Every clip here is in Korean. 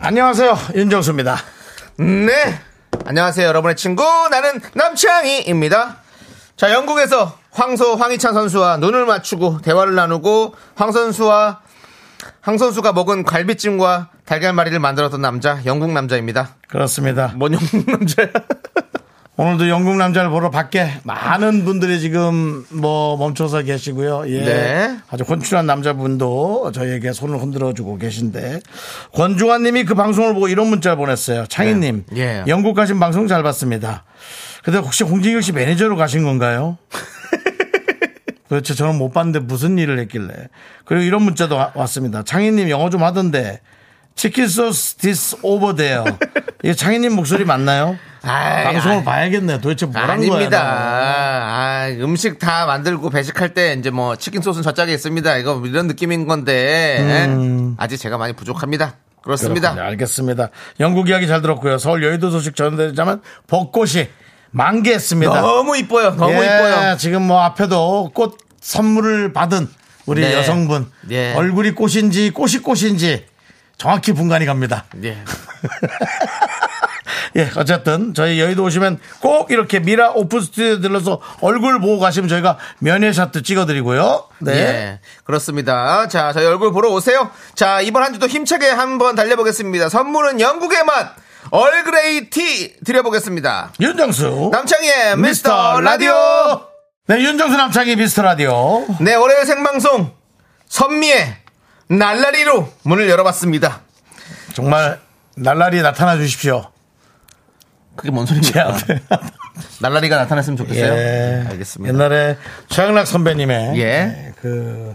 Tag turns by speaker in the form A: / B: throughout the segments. A: 안녕하세요. 윤정수입니다.
B: 네. 안녕하세요, 여러분의 친구. 나는 남창희입니다. 자, 영국에서 황소 황희찬 선수와 눈을 맞추고 대화를 나누고 황 선수와 황 선수가 먹은 갈비찜과 달걀말이를 만들었던 남자, 영국 남자입니다.
A: 그렇습니다.
B: 뭔 영국 남자야?
A: 오늘도 영국 남자를 보러 밖에 많은 분들이 지금 뭐 멈춰서 계시고요. 예.
B: 네.
A: 아주 곤출한 남자분도 저희에게 손을 흔들어 주고 계신데 권중환 님이 그 방송을 보고 이런 문자를 보냈어요. 창희 님.
B: 예.
A: 영국 가신 방송 잘 봤습니다. 근데 혹시 홍진경 씨 매니저로 가신 건가요? 도대체 저는 못 봤는데 무슨 일을 했길래. 그리고 이런 문자도 와- 왔습니다. 창희님 영어 좀 하던데. 치킨 소스 디스 오버 데요. 이게 창희님 목소리 맞나요?
B: 아이,
A: 방송을
B: 아이.
A: 봐야겠네. 도대체 뭐란 거야.
B: 아닙니다.
A: 나는.
B: 아, 음식 다 만들고 배식할 때 이제 뭐 치킨 소스는 저짝에 있습니다. 이거 이런 느낌인 건데 예. 아직 제가 많이 부족합니다. 그렇습니다.
A: 음. 그렇군요. 알겠습니다. 영국 이야기 잘 들었고요. 서울 여의도 소식 전해드리자면 벚꽃이 만개했습니다.
B: 너무 이뻐요. 어, 너무
A: 예,
B: 이뻐요.
A: 지금 뭐 앞에도 꽃 선물을 받은 우리
B: 네.
A: 여성분
B: 예.
A: 얼굴이 꽃인지 꽃이 꽃인지 정확히 분간이 갑니다.
B: 예.
A: 예, 어쨌든 저희 여의도 오시면 꼭 이렇게 미라 오픈 스튜디오에 들러서 얼굴 보고 가시면 저희가 면회샷도 찍어드리고요. 네.
B: 예, 그렇습니다. 자, 저희 얼굴 보러 오세요. 자, 이번 한 주도 힘차게 한번 달려보겠습니다. 선물은 영국의 맛, 얼그레이 티 드려보겠습니다.
A: 윤정수.
B: 남창희의 미스터 라디오!
A: 네, 윤정수 남창희 미스터 라디오.
B: 네, 월요일 생방송, 선미의 날라리로 문을 열어봤습니다.
A: 정말 날라리 나타나 주십시오.
B: 그게 뭔 소리입니까? 날라리가 나타났으면 좋겠어요.
A: 예.
B: 아, 알겠습니다.
A: 옛날에 최양락 선배님의
B: 예.
A: 예, 그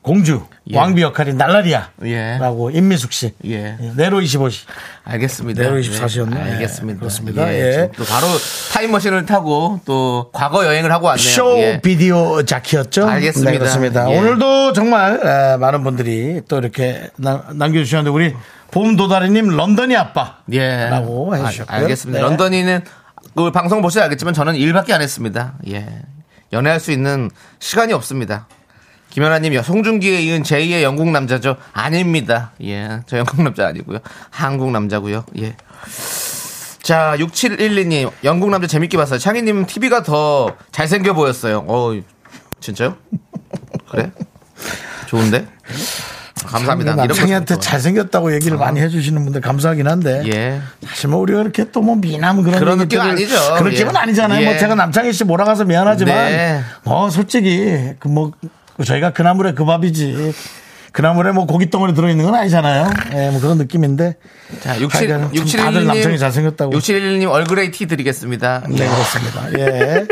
A: 공주
B: 예.
A: 왕비 역할이
B: 예.
A: 날라리야라고 임미숙 씨
B: 예.
A: 예, 네로 25시
B: 알겠습니다.
A: 내로 24 시였네.
B: 예, 알겠습니다.
A: 예, 그렇습니다.
B: 예,
A: 예.
B: 지금 또 바로 타임머신을 타고 또 과거 여행을 하고 왔네요.
A: 쇼
B: 예.
A: 비디오 자키였죠.
B: 알겠습니다.
A: 네, 그렇습니다.
B: 예.
A: 오늘도 정말 에, 많은 분들이 또 이렇게 나- 남겨주셨는데 우리 봄 도다리님 런던이 아빠.
B: 예.
A: 라고 해주셨고요.
B: 아, 알겠습니다.
A: 네.
B: 런던이는 그 방송 보셔야 알겠지만 저는 일밖에 안 했습니다. 예. 연애할 수 있는 시간이 없습니다. 김연아님, 송중기에 이은 제2의 영국 남자죠? 아닙니다. 예. 저 영국 남자 아니고요. 한국 남자고요. 예. 자, 6712님, 영국 남자 재밌게 봤어요. 창희님 TV가 더 잘생겨 보였어요. 어 진짜요? 그래? 좋은데? 감사합니다. 이런 거
A: 음, 남창희한테
B: 좋아요.
A: 잘생겼다고 얘기를 많이 해주시는 분들 감사하긴 한데
B: 예.
A: 사실 뭐 우리가 이렇게 또 뭐 미남 그런
B: 그런 느낌
A: 얘기들을-
B: 아니죠.
A: 그런
B: 예.
A: 기분 아니잖아요.
B: 예.
A: 뭐 제가 남창희 씨 몰아가서 미안하지만
B: 네.
A: 뭐 솔직히 그뭐 저희가 그 나물에 그 밥이지. 그 나물에 뭐 고기 덩어리 들어있는 건 아니잖아요. 예, 뭐 그런 느낌인데.
B: 자,
A: 하여간
B: 67,
A: 참 다들 남창이 잘생겼다고.
B: 6711님 얼그레이 티 드리겠습니다.
A: 네, 그렇습니다. 예.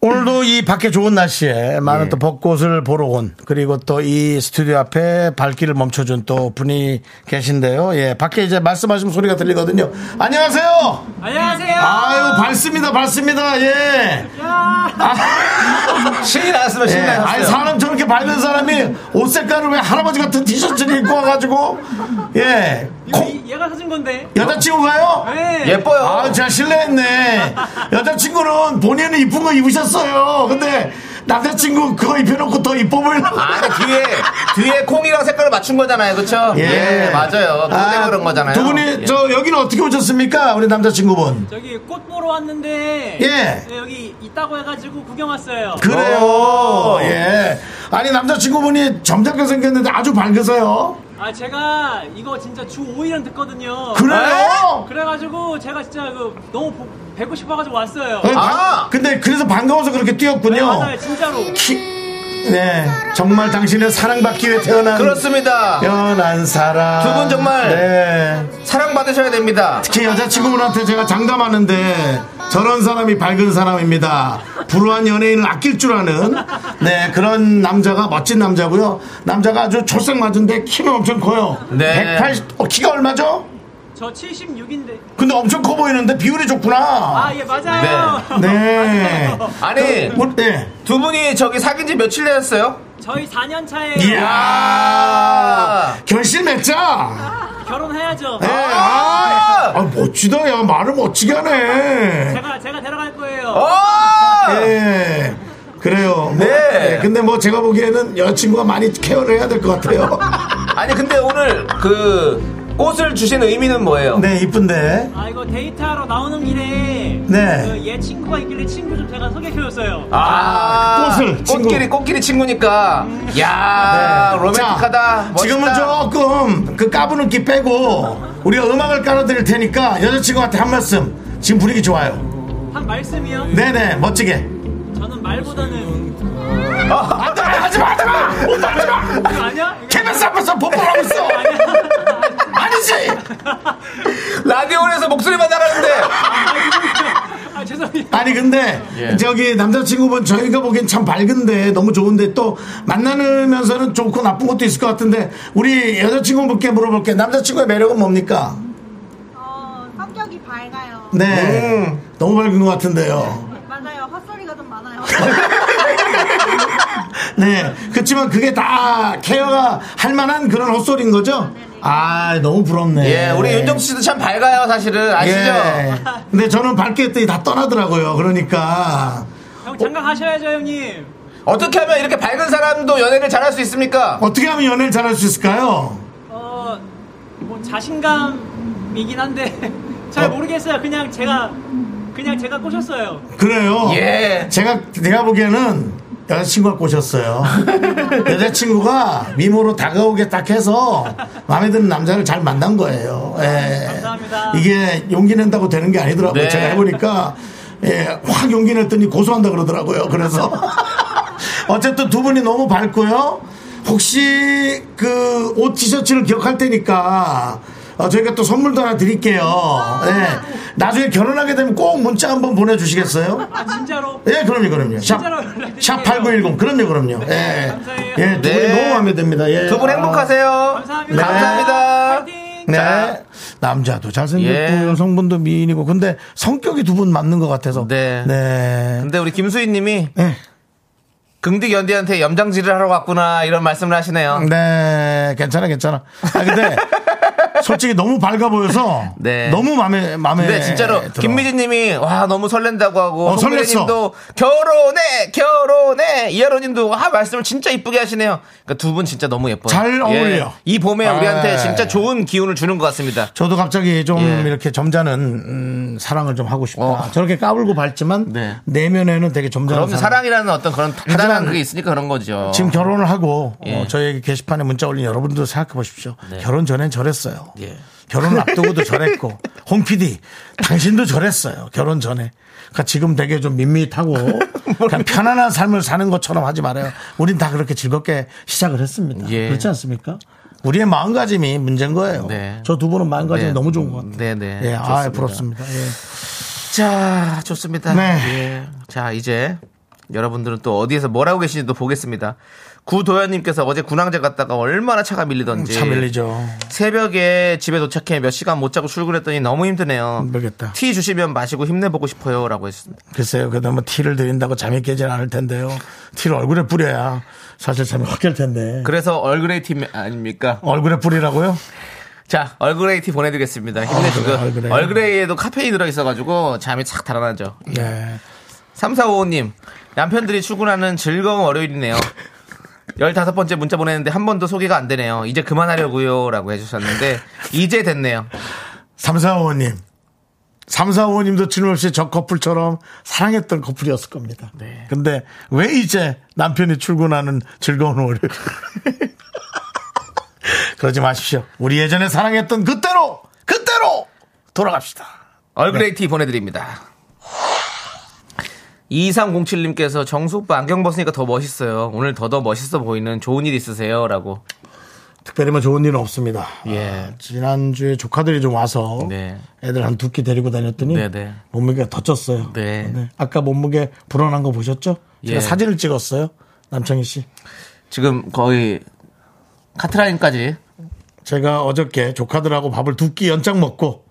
A: 오늘도 이 밖에 좋은 날씨에 많은 또 벚꽃을 보러 온 그리고 또 이 스튜디오 앞에 발길을 멈춰준 또 분이 계신데요. 예, 밖에 이제 말씀하신 소리가 들리거든요. 안녕하세요.
C: 안녕하세요.
A: 아유, 밝습니다, 밝습니다. 예.
B: 신이 나왔으면
A: 예.
B: 신이 나왔어요.
A: 아니, 사람 저렇게 밝은 사람이 옷 색깔을 왜 할아버지 같은 티셔츠를 입고 와가지고, 예. 콩-
C: 얘가 사준 건데.
A: 여자친구가요?
C: 네.
B: 예뻐요.
A: 아, 제가 실례했네. 여자친구는 본인은 이쁜 거 입으셨어요. 근데 남자친구 그거 입혀놓고 더 이뻐 보이려고.
B: 아니, 뒤에, 뒤에 콩이랑 색깔을 맞춘 거잖아요. 그쵸? 예, 맞아요. 그것 때문에 그런 거잖아요.
A: 두 분이,
B: 예.
A: 저, 여기는 어떻게 오셨습니까? 우리 남자친구분.
C: 저기 꽃 보러 왔는데.
A: 예.
C: 네, 여기 있다고 해가지고 구경 왔어요.
A: 그래요. 예. 아니, 남자친구분이 점잖게 생겼는데 아주 밝으세요.
C: 아 제가 이거 진짜 주 5일은 듣거든요.
A: 그래요?
C: 그래가지고 제가 진짜 그 너무 보- 뵙고 싶어가지고 왔어요.
A: 네,
B: 아!
A: 근데 그래서 반가워서 그렇게
C: 네,
A: 뛰었군요.
C: 맞아요, 진짜로.
A: 키- 네. 정말 당신은 사랑받기 위해 태어난.
B: 그렇습니다.
A: 태어난 사람.
B: 두분 정말
A: 네.
B: 사랑받으셔야 됩니다.
A: 특히 여자친구분한테 제가 장담하는데 저런 사람이 밝은 사람입니다. 불우한 연예인을 아낄 줄 아는 네 그런 남자가 멋진 남자고요. 남자가 아주 초생 맞은데 키는 엄청 커요.
B: 네.
A: 180 어, 키가 얼마죠?
C: 저 76인데.
A: 근데 엄청 커 보이는데 비율이 좋구나.
C: 아, 예, 맞아요.
A: 네.
B: 아니
A: 뭘- 네.
B: 두 분이 저기 사귄 지 며칠 되었어요?
C: 저희 4년 차에
A: 네. 이야. 결실 맺자.
C: 결혼해야죠.
A: 네. 아, 아, 멋지다, 야. 말을 멋지게 하네.
C: 제가, 제가 데려갈 거예요.
B: 어!
A: 예. 그래요. 뭐,
B: 네.
A: 예, 근데 뭐 제가 보기에는 여자친구가 많이 케어를 해야 될 것 같아요.
B: 아니 근데 오늘 그 꽃을 주신 의미는 뭐예요?
A: 네, 이쁜데.
C: 아, 이거 데이트하러 나오는 길에.
A: 네.
C: 그 얘 친구가 있길래 친구 좀 제가 소개해줬어요.
B: 아,
A: 꽃을, 친구. 네.
B: 꽃끼리 꽃끼리 친구니까.
A: 아,
B: 야, 로맨틱하다.
A: 자,
B: 멋있다.
A: 지금은 조금 그 까부는 끼 빼고 우리가 음악을 깔아드릴 테니까 여자친구한테 한 말씀. 지금 분위기 좋아요.
C: 한 말씀이요.
A: 네네, 멋지게.
C: 저는 말보다는.
A: 안 돼, 아, 하지 마, 하지 마! 오빠 하지 마!
C: 이거 아니야? 이거
A: KBS 앞에서 뽀뽀하고 있어! 아니지!
B: 라디오에서 목소리만 나가는데.
C: 아, 죄송해요.
A: 아니, 근데
B: 예.
A: 저기 남자친구분 저희가 보기엔 참 밝은데 너무 좋은데 또 만나면서는 좋고 나쁜 것도 있을 것 같은데 우리 여자친구분께 물어볼게. 남자친구의 매력은 뭡니까?
D: 어, 성격이 밝아요.
A: 네. 너무 밝은 것 같은데요.
D: 맞아요. 헛소리가 좀 많아요.
A: 네. 그렇지만 그게 다 케어가 할 만한 그런 헛소리인 거죠? 아, 너무 부럽네.
B: 예, 우리 윤정 씨도 참 밝아요, 사실은. 아시죠?
A: 예. 근데 저는 밝게 했더니 다 떠나더라고요. 그러니까.
C: 형, 잠깐 하셔야죠, 형님.
B: 어떻게 하면 이렇게 밝은 사람도 연애를 잘할 수 있습니까?
A: 어떻게 하면 연애를 잘할 수 있을까요?
C: 어, 뭐 자신감이긴 한데 잘
A: 어.
C: 모르겠어요. 그냥 제가 그냥 제가 꼬셨어요.
A: 그래요.
B: 예.
A: 제가, 내가 보기에는 여자친구가 꼬셨어요. 여자친구가 미모로 다가오게 딱 해서 마음에 드는 남자를 잘 만난 거예요. 예.
C: 감사합니다.
A: 이게 용기 낸다고 되는 게 아니더라고요.
B: 네.
A: 제가 해보니까 예, 확 용기 냈더니 고소한다 그러더라고요. 그래서 어쨌든 두 분이 너무 밝고요. 혹시 그 옷 티셔츠를 기억할 테니까 어, 저희가 또 선물도 하나 드릴게요. 예. 나중에 결혼하게 되면 꼭 문자 한번 보내주시겠어요?
C: 아 진짜로
A: 예, 그럼요, 그럼요. 샵,
C: 진짜로 연락드릴게요.
A: 샵 8910. 그럼요, 그럼요. 예.
C: 감사해요.
A: 예, 두 분이
B: 네.
A: 너무 마음에 듭니다. 예.
B: 두 분 행복하세요.
C: 감사합니다.
B: 감사합니다.
C: 파이팅.
A: 네.
B: 자.
A: 남자도 잘생겼고
B: 예.
A: 여성분도 미인이고 근데 성격이 두 분 맞는 것 같아서
B: 네.
A: 네.
B: 근데 우리 김수희 님이
A: 네.
B: 긍디 견디한테 염장질을 하러 왔구나 이런 말씀을 하시네요.
A: 네. 괜찮아 괜찮아. 아 근데 솔직히 너무 밝아 보여서
B: 네.
A: 너무 마음에 마음에
B: 근데 진짜로
A: 네, 들어.
B: 김미진 님이 와 너무 설렌다고 하고
A: 어,
B: 송미래
A: 설렜어.
B: 님도 결혼해 결혼해 이하로 님도 아 말씀을 진짜 이쁘게 하시네요. 그러니까 두 분 진짜 너무 예뻐요.
A: 잘 어울려.
B: 예. 이 봄에
A: 아.
B: 우리한테 진짜 좋은 기운을 주는 것 같습니다.
A: 저도 갑자기 좀
B: 예.
A: 이렇게 점잖은 음, 사랑을 좀 하고 싶다.
B: 어.
A: 저렇게 까불고 밝지만
B: 네.
A: 내면에는 되게 점잖은
B: 그럼 사랑이라는 어떤 그런 단단한
A: 하지만
B: 그게 있으니까 그런 거죠.
A: 지금 결혼을 하고
B: 예. 네.
A: 어, 저에게 게시판에 문자 올린 여러분들도 생각해 보십시오. 결혼 전엔 저랬어요.
B: 예.
A: 결혼을 앞두고도 저랬고 홍 PD 당신도 저랬어요. 결혼 전에. 그러니까 지금 되게 좀 밋밋하고 그냥 편안한 삶을 사는 것처럼 하지 말아요. 우린 다 그렇게 즐겁게 시작을 했습니다.
B: 예.
A: 그렇지 않습니까? 우리의 마음가짐이 문제인 거예요.
B: 네.
A: 저 두 분은 마음가짐이
B: 네.
A: 너무 좋은 것 같아요.
B: 네, 네.
A: 예, 아,
B: 좋습니다.
A: 부럽습니다. 예.
B: 자, 좋습니다.
A: 네.
B: 예. 자, 이제 여러분들은 또 어디에서 뭐라고 계신지 또 보겠습니다. 구도현님께서 어제 군항제 갔다가 얼마나 차가 밀리던지.
A: 참 밀리죠.
B: 새벽에 집에 도착해 몇 시간 못 자고 출근했더니 너무 힘드네요.
A: 모르겠다.
B: 티 주시면 마시고 힘내보고 싶어요라고 했습니다.
A: 글쎄요. 그래도 뭐 티를 드린다고 잠이 깨진 않을 텐데요. 티를 얼굴에 뿌려야 사실 잠이 확 깰 텐데.
B: 그래서 얼그레이 티 아닙니까?
A: 얼굴에 뿌리라고요?
B: 자, 얼그레이 티 보내드리겠습니다. 힘내시고
A: 아, 얼그레이, 얼그레이.
B: 얼그레이에도 카페인 들어 있어가지고 잠이 착 달아나죠.
A: 네.
B: 3455님, 남편들이 출근하는 즐거운 월요일이네요. 15번째 문자 보냈는데 한 번도 소개가 안 되네요. 이제 그만하려고요. 라고 해주셨는데, 이제 됐네요.
A: 3455님. 3455님도 틀림없이 저 커플처럼 사랑했던 커플이었을 겁니다.
B: 네.
A: 근데 왜 이제 남편이 출근하는 즐거운 월요일. 그러지 마십시오. 우리 예전에 사랑했던 그때로, 그때로 돌아갑시다.
B: 얼그레이 티 보내드립니다. 2307님께서 정수 오빠 안경 벗으니까 더 멋있어요. 오늘 더더 멋있어 보이는 좋은 일 있으세요? 라고.
A: 특별히 뭐 좋은 일은 없습니다.
B: 예.
A: 아, 지난주에 조카들이 좀 와서
B: 네.
A: 애들 한 두 끼 데리고 다녔더니
B: 네, 네.
A: 몸무게가 더 쪘어요.
B: 네.
A: 아까 몸무게 불어난 거 보셨죠? 제가
B: 예.
A: 사진을 찍었어요. 남창희 씨.
B: 지금 거의 카트라인까지
A: 제가 어저께 조카들하고 밥을 두 끼 연장 먹고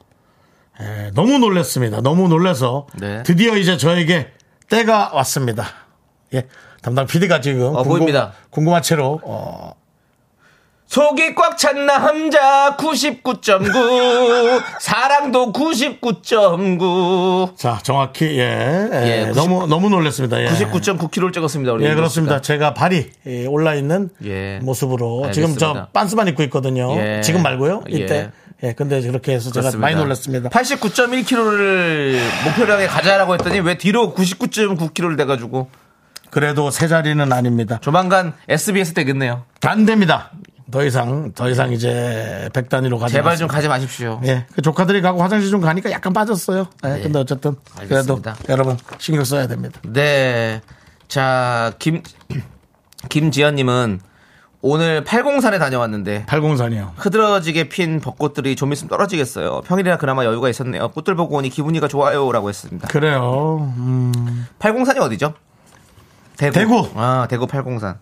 A: 에, 너무 놀랐습니다. 너무 놀라서
B: 네.
A: 드디어 이제 저에게 때가 왔습니다. 예, 담당 PD가 지금
B: 어, 보입니다.
A: 궁금한 채로 어,
B: 속이 꽉 찬 남자 99.9 사랑도 99.9
A: 자 정확히 예, 예,
B: 예, 90
A: 너무 너무 놀랐습니다. 예.
B: 99.9kg를 찍었습니다. 우리
A: 예, 그렇습니다. 제가 발이 예, 올라 있는
B: 예.
A: 모습으로 지금 저
B: 알겠습니다.
A: 반스만 입고 있거든요.
B: 예.
A: 지금 말고요.
B: 예.
A: 이때. 예. 근데 그렇게 해서 제가 많이 놀랐습니다.
B: 89.1kg를 목표로 향해 가자라고 했더니 왜 뒤로 99.9kg를 돼가지고
A: 그래도 세 자리는 아닙니다.
B: 조만간 SBS 되겠네요.
A: 안 됩니다. 더 이상 더 이상 이제 백 단위로 가지
B: 제발 좀
A: 마세요.
B: 가지 마십시오.
A: 예, 그 조카들이 가고 화장실 좀 가니까 약간 빠졌어요. 예, 근데 어쨌든
B: 네. 알겠습니다.
A: 그래도 여러분 신경 써야 됩니다.
B: 네. 자, 김, 김지연님은 오늘 803에 다녀왔는데
A: 팔공산이요.
B: 흐드러지게 핀 벚꽃들이 좀 있으면 떨어지겠어요. 평일이라 그나마 여유가 있었네요. 꽃들 보고 오니 기분이가 좋아요. 라고 했습니다.
A: 그래요. 음,
B: 803이 어디죠? 대구.
A: 대구.
B: 아, 대구 803.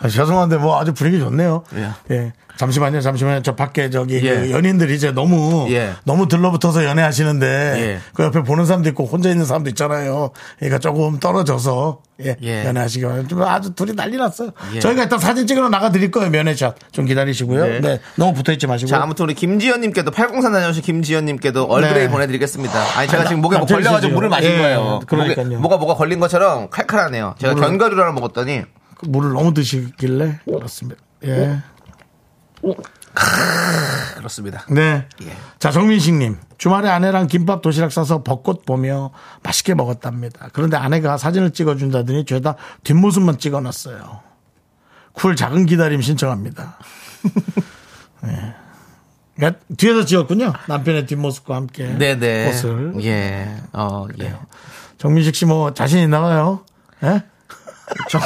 A: 아, 죄송한데 뭐 아주 분위기 좋네요.
B: 예.
A: 예. 잠시만요, 잠시만요. 저 밖에 저기
B: 예.
A: 그 연인들이 이제 너무
B: 예.
A: 너무 들러붙어서 연애하시는데
B: 예.
A: 그 옆에 보는 사람도 있고 혼자 있는 사람도 있잖아요. 그러니까 조금 떨어져서 예,
B: 예.
A: 연애하시기 바랍니다. 좀 아주 둘이 난리 났어요.
B: 예.
A: 저희가 일단 사진 찍으러 나가 드릴 거예요. 면회샷 좀 기다리시고요.
B: 네.
A: 네. 너무 붙어 있지 마시고.
B: 자, 아무튼 우리 김지연님께도 803 다녀오신 김지연님께도 얼그레이
A: 네.
B: 보내드리겠습니다. 아니 제가 지금 목에 뭐
A: 남편이시죠?
B: 걸려가지고 물을 마신
A: 예,
B: 거예요.
A: 그러니까요.
B: 목에 뭐가 뭐가 걸린 것처럼 칼칼하네요. 제가
A: 물을-
B: 견과류를 하나 먹었더니
A: 그 물을 너무 드시길래 그렇습니다. 예.
B: 그렇습니다.
A: 네.
B: 예.
A: 자, 정민식님. 주말에 아내랑 김밥 도시락 싸서 벚꽃 보며 맛있게 먹었답니다. 그런데 아내가 사진을 찍어준다더니 죄다 뒷모습만 찍어놨어요. 쿨 작은 기다림 신청합니다. 네. 그러니까 뒤에서 찍었군요. 남편의 뒷모습과 함께.
B: 네네.
A: 꽃을.
B: 예. 어, 예.
A: 정민식 씨 뭐 자신 있나 봐요. 예?
B: 정,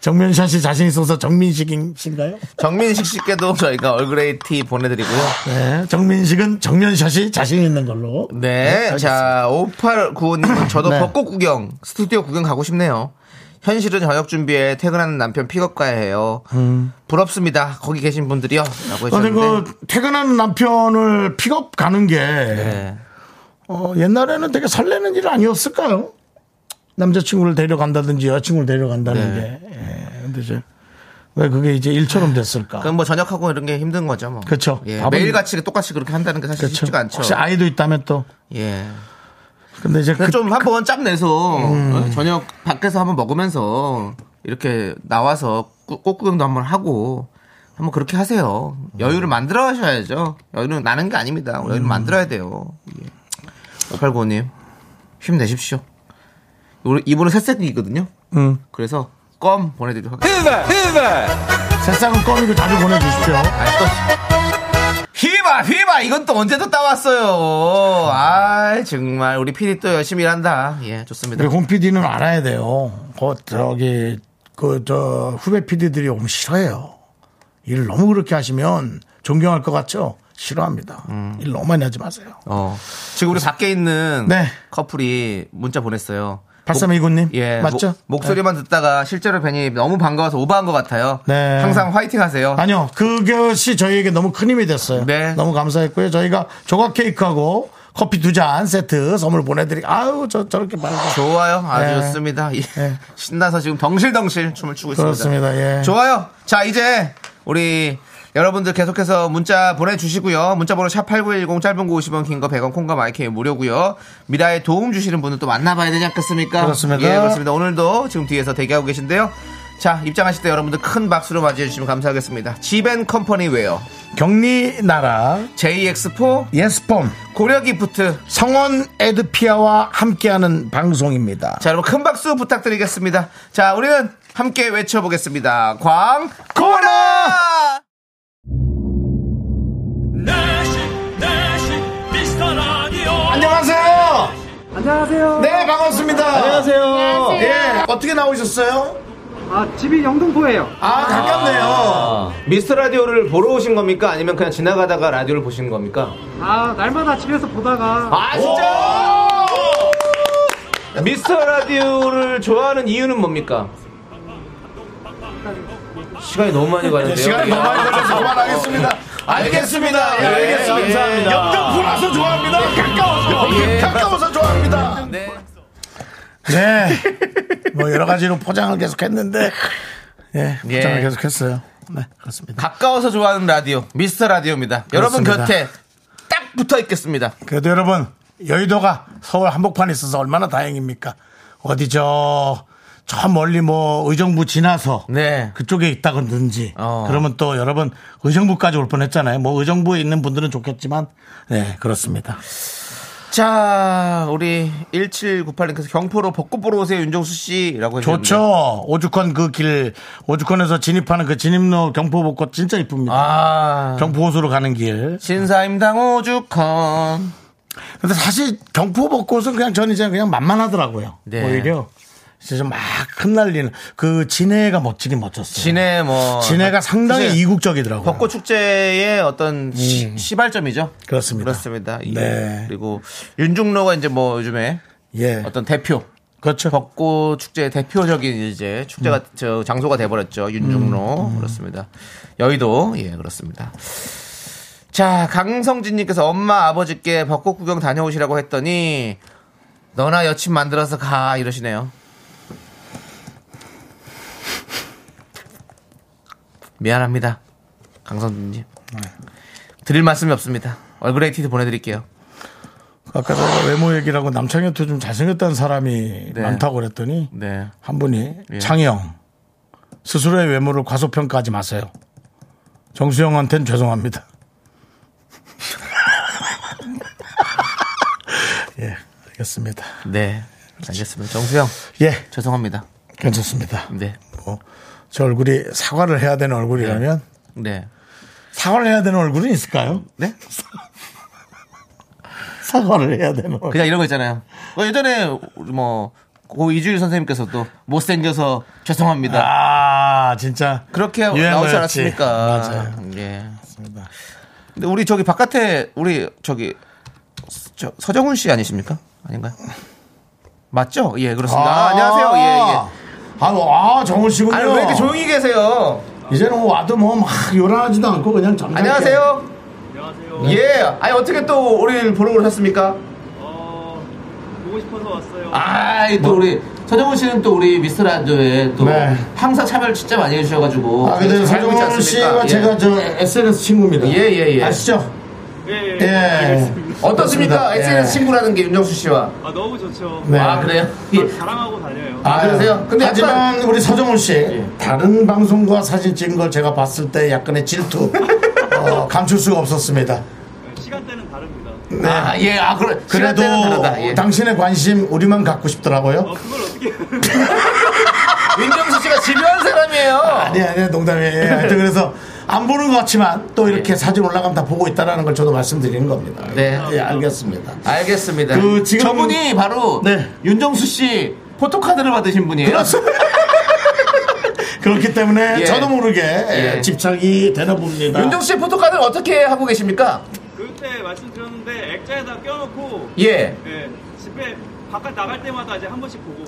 A: 정면샷 이 자신 있어서 정민식이신가요?
B: 정민식 씨께도 저희가 얼그레이 티 보내드리고요.
A: 네. 정민식은 정면샷이 자신 있는 걸로.
B: 네.
A: 알겠습니다.
B: 자, 5895님. 저도
A: 네.
B: 벚꽃 구경, 스튜디오 구경 가고 싶네요. 현실은 저녁 준비에 퇴근하는 남편 픽업가야 해요. 부럽습니다. 거기 계신 분들이요. 라고
A: 근데
B: 하셨는데.
A: 음. 그 퇴근하는 남편을 픽업 가는 게
B: 네.
A: 어, 옛날에는 되게 설레는 일 아니었을까요? 남자친구를 데려간다든지 여자친구를 데려간다는
B: 네.
A: 게. 예. 근데 이제 왜 그게 이제 일처럼 됐을까?
B: 그럼 뭐 저녁하고 이런 게 힘든 거죠. 뭐.
A: 그쵸.
B: 예,
A: 밥은-
B: 매일같이 똑같이 그렇게 한다는 게 사실
A: 그렇죠.
B: 쉽지가 않죠.
A: 혹시 아이도 있다면 또.
B: 예.
A: 근데 이제
B: 그래서
A: 그,
B: 좀 한번 짬 내서 어, 저녁 밖에서 한번 먹으면서 이렇게 나와서 꾸- 꽃구경도 한번 하고 한번 그렇게 하세요. 여유를 만들어 하셔야죠. 여유는 나는 게 아닙니다. 여유를 만들어야 돼요. 예. 5895님, 힘내십시오. 우리 이분은 셋 세트이거든요.
A: 음,
B: 그래서 껌 보내드리도록 하겠습니다.
A: 새싹은 껌이고 자주 보내주십시오.
B: 아니, 또. 휘바, 휘바! 이건 또 언제 또 따왔어요. 아 정말. 우리 피디 또 열심히 일한다. 예, 좋습니다.
A: 우리 홍 PD는 알아야 돼요. 그, 저기, 그, 저, 후배 PD들이 오면 싫어해요. 일을 너무 그렇게 하시면 존경할 것 같죠? 싫어합니다.
B: 음.
A: 일 너무 많이 하지 마세요.
B: 어. 지금 우리 밖에 있는
A: 네.
B: 커플이 문자 보냈어요.
A: 8329님?
B: 목- 예,
A: 맞죠?
B: 목, 소리만 듣다가 실제로 뵈니 너무 반가워서 오버한 것 같아요.
A: 네.
B: 항상 화이팅 하세요.
A: 아니요. 그것이 저희에게 너무 큰 힘이 됐어요.
B: 네.
A: 너무 감사했고요. 저희가 조각 케이크하고 커피 두 잔 세트 선물 보내드리, 아유, 저, 저렇게 말고.
B: 좋아요. 아주
A: 네.
B: 좋습니다. 예.
A: 네.
B: 신나서 지금 덩실덩실 춤을 추고 있습니다.
A: 그렇습니다. 예.
B: 좋아요. 자, 이제 우리 여러분들 계속해서 문자 보내주시고요. 문자번호 샵8910 짧은 거 50원, 긴 거 100원, 콩과 마이크 무료고요. 미라에 도움 주시는 분은 또 만나봐야 되지 않겠습니까?
A: 그렇습니다.
B: 예, 그렇습니다. 오늘도 지금 뒤에서 대기하고 계신데요. 자, 입장하실 때 여러분들 큰 박수로 맞이해주시면 감사하겠습니다. 지벤 컴퍼니 웨어,
A: 격리 나라,
B: JX4,
A: 예스폼,
B: 고려 기프트.
A: 성원 에드피아와 함께하는 방송입니다.
B: 자, 여러분 큰 박수 부탁드리겠습니다. 자, 우리는 함께 외쳐보겠습니다. 광, 고라!
E: 네 내시 네 내시 미스터 라디오
A: 안녕하세요. 안녕하세요. 네, 반갑습니다. 안녕하세요. 예, 어떻게 나오셨어요?
C: 아 집이 영등포예요.
A: 아, 가깝네요.
B: 미스터 라디오를 보러 오신 겁니까? 아니면 그냥 지나가다가 라디오를 보신 겁니까?
C: 아 날마다 집에서 보다가
B: 아, 진짜! 미스터 라디오를 좋아하는 이유는 뭡니까?
F: 시간이 너무 많이 가는데요.
B: 시간이 너무 많이 걸려서 그만하겠습니다. 알겠습니다. 예, 알겠습니다. 감사합니다.
A: 염정 불어서 좋아합니다. 가까워서.
B: 가까워서 좋아합니다. 네.
A: 네. 뭐 여러 가지로 포장을 계속 했는데. 예,
B: 예.
A: 포장을 계속 했어요. 네, 그렇습니다.
B: 가까워서 좋아하는 라디오 미스터 라디오입니다. 여러분
A: 그렇습니다.
B: 곁에 딱 붙어 있겠습니다.
A: 그래도 여러분, 여의도가 서울 한복판에 있어서 얼마나 다행입니까? 어디 저, 저 멀리 뭐 의정부 지나서
B: 네.
A: 그쪽에 있다든지
B: 어.
A: 그러면 또 여러분 의정부까지 올 뻔했잖아요. 뭐 의정부에 있는 분들은 좋겠지만 네 그렇습니다.
B: 자, 우리 1798님께서 경포로 벚꽃 보러 오세요 윤정수 씨라고 해주셨는데.
A: 좋죠. 오죽헌 그 길 오죽헌에서 진입하는 그 진입로 경포복꽃 진짜 이쁩니다.
B: 아.
A: 경포호수로 가는 길.
B: 신사임당 오죽헌.
A: 근데 사실 경포복꽃은 그냥 전 이제 그냥 만만하더라고요.
B: 네.
A: 오히려 진짜 좀막 흩날리는 그 진해가 멋지긴 멋졌어요.
B: 진해 뭐.
A: 가 상당히
B: 사실
A: 이국적이더라고요. 음.
B: 벚꽃 축제의 어떤 시- 시발점이죠.
A: 그렇습니다.
B: 그렇습니다. 예.
A: 네.
B: 그리고 윤중로가 이제 뭐 요즘에
A: 예.
B: 어떤 대표
A: 그렇죠.
B: 벚꽃 축제의 대표적인 이제 축제가 저 장소가 돼버렸죠 윤중로 그렇습니다 여의도 예 그렇습니다 자 강성진님께서 엄마 아버지께 벚꽃 구경 다녀오시라고 했더니 너나 여친 만들어서 가 이러시네요 미안합니다 강성진님 드릴 말씀이 없습니다 얼굴에 티드 보내드릴게요
A: 아까 제가 외모 얘기를 하고 남창현도 좀 잘생겼다는 사람이
B: 네.
A: 많다고 그랬더니
B: 네
A: 한 분이
B: 예.
A: 창영 스스로의 외모를 과소평가하지 마세요. 정수영한테는 죄송합니다. 예, 알겠습니다.
B: 네. 알겠습니다 정수영
A: 예,
B: 죄송합니다
A: 괜찮습니다.
B: 네
A: 뭐, 저 얼굴이 사과를 해야 되는 얼굴이라면
B: 네.
A: 사과를 해야 되는 얼굴은 있을까요?
B: 네?
A: 사과를 해야 되는 얼굴.
B: 그냥 이런 거 있잖아요. 뭐 예전에 우리 뭐 고, 이주일 선생님께서도 못생겨서 죄송합니다.
A: 그, 아, 진짜.
B: 예, 그렇게 나오지
A: 유행어였지.
B: 않았습니까?
A: 맞아요.
B: 예. 근데 우리 저기 바깥에 우리 저기 서- 저, 서정훈 씨 아니십니까? 아닌가요? 맞죠? 예, 그렇습니다. 아, 안녕하세요. 예, 예.
A: 아, 뭐, 아, 정훈 씨군요.
B: 아니, 왜 이렇게 조용히 계세요?
A: 이제는 뭐 와도 뭐 막 요란하지도 않고 그냥 점잖게
B: 안녕하세요. 안녕하세요. 예. 아니, 어떻게 또 우리를 보러 오셨습니까?
C: 어, 보고 싶어서 왔어요.
B: 아, 또 우리 서정훈 씨는 또 우리 미스터 라디오에 또
A: 뭐. 네.
B: 항상 참여를 진짜 많이 해주셔가지고
A: 아, 근데
B: 잘 보이지
A: 서정훈 씨가
B: 않습니까?
A: 제가 저 SNS 친구입니다.
B: 예, 예, 예.
A: 아시죠?
C: 예,
G: 네.
A: 예.
C: 예.
B: 어떻습니까?
A: 그렇습니다.
B: SNS
A: 예.
B: 친구라는 게 윤정수 씨와
C: 아, 너무 좋죠.
A: 네.
B: 아 그래요?
C: 예.
B: 예.
C: 자랑하고 다녀요.
B: 아, 그러세요? 근데 예.
A: 하지만 우리 서정훈 씨 다른 방송과 사진 찍은 걸 제가 봤을 때 약간의 질투 어, 감출 수가 없었습니다.
C: 시간대는 다릅니다.
A: 네.
B: 아, 예, 아, 그래.
A: 그래도
B: 시간대는 다르다. 예.
A: 당신의 관심 우리만 갖고
C: 어,
A: 싶더라고요.
C: 그걸 어떻게.
B: 윤정수 씨가 집요한 사람이에요.
A: 아니 아니 농담이에요. 예, 하여튼 그래서 안 보는 것 같지만 또 이렇게 사진 올라가면 다 보고 있다라는 걸 저도 말씀드리는 겁니다.
B: 예. 네.
A: 예, 알겠습니다.
B: 알겠습니다.
A: 그 지금-
B: 저분이 바로
A: 네.
B: 윤정수 씨 포토카드를 받으신 분이에요.
A: 그렇기 때문에
B: 예.
A: 저도 모르게
B: 예.
A: 집착이 되나 봅니다.
B: 윤정수 씨 포토카드를 어떻게 하고 계십니까?
C: 그때 말씀드렸는데 액자에다 껴놓고.
B: 예.
C: 예, 집에 바깥 나갈 때마다 이제 한 번씩 보고.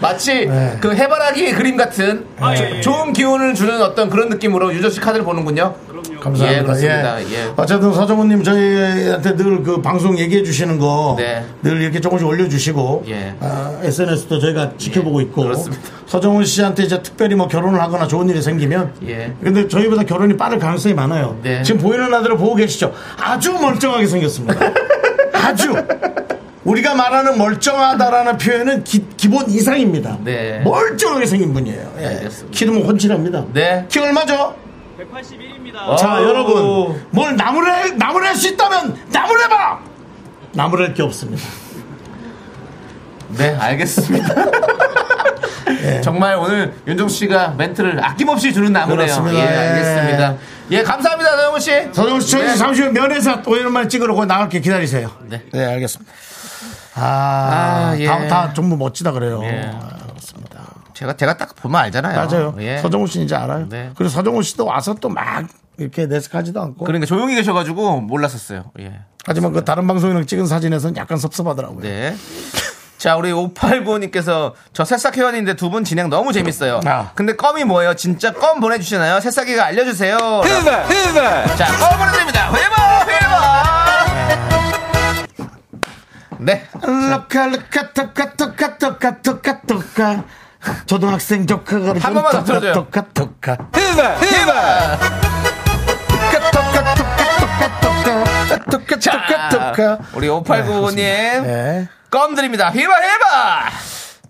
B: 마치
A: 네.
B: 그 해바라기 그림 같은
C: 아,
B: 조-
C: 예, 예.
B: 좋은 기운을 주는 어떤 그런 느낌으로 유저 씨 카드를 보는군요.
C: 그럼요.
A: 감사합니다.
B: 예, 그렇습니다. 예.
A: 어쨌든 서정훈님 저희한테 늘 그 방송 얘기해 주시는 거 늘
B: 네.
A: 이렇게 조금씩 올려주시고 아,
B: 예.
A: SNS도 저희가 지켜보고
B: 예,
A: 있고
B: 그렇습니다.
A: 서정훈 씨한테 이제 특별히 뭐 결혼을 하거나 좋은 일이 생기면
B: 예.
A: 근데 저희보다 결혼이 빠를 가능성이 많아요.
B: 네.
A: 지금 보이는 라디오 보고 계시죠? 아주 멀쩡하게 생겼습니다. 아주 우리가 말하는 멀쩡하다라는 표현은 기, 본 이상입니다.
B: 네.
A: 멀쩡하게 생긴 분이에요. 예.
B: 알겠습니다.
A: 키도 뭐 혼칠합니다.
B: 네. 어.
A: 키 얼마죠?
C: 181입니다.
A: 자
B: 아우.
A: 여러분 뭘 나무래 나무랄 수 있다면 나무래봐 나무랄 게 없습니다
B: 네, 알겠습니다.
A: 네.
B: 정말 오늘 윤종 씨가 멘트를 아낌없이 주는 나무네요.
A: 그렇습니다.
B: 예,
A: 예.
B: 알겠습니다. 예, 감사합니다, 서영훈 씨.
A: 서정훈 씨 저희
B: 네.
A: 잠시 후에 면회사 오랜만에 찍으러 고 나갈게 기다리세요
B: 네.
A: 알겠습니다 아,
B: 아, 예.
A: 다, 다 정말 멋지다 그래요
B: 예.
A: 아, 그렇습니다
B: 제가 제가 딱 보면 알잖아요.
A: 맞아요
B: 예.
A: 서정훈 씨는 이제 알아요
B: 네.
A: 그리고 서정훈 씨도 와서 또 막 이렇게 내색하지도 않고
B: 그러니까 조용히 계셔가지고 몰랐었어요. 예.
A: 하지만 그 다른 방송이랑 찍은 사진에서는 약간 섭섭하더라고요
B: 네. 자, 우리 589님께서 저 새싹 회원인데 두 분 진행 너무 재밌어요.
A: 아.
B: 근데 껌이 뭐예요? 진짜 껌 보내주시나요? 새싹이가 알려주세요. 자, 껌 보내드립니다. 회바, 회바. 네.
A: 럭카 럭카 톡카 톡카 톡카 톡카 톡카 초등학생 조카가
B: 한 번만 더 들어줘요.
A: 톡카 톡카
B: 회바.
A: 톡카 톡카 톡카 톡카 톡카 톡카 톡카
B: 우리 589님.
A: 네.
B: 껌 드립니다. 회바, 회바.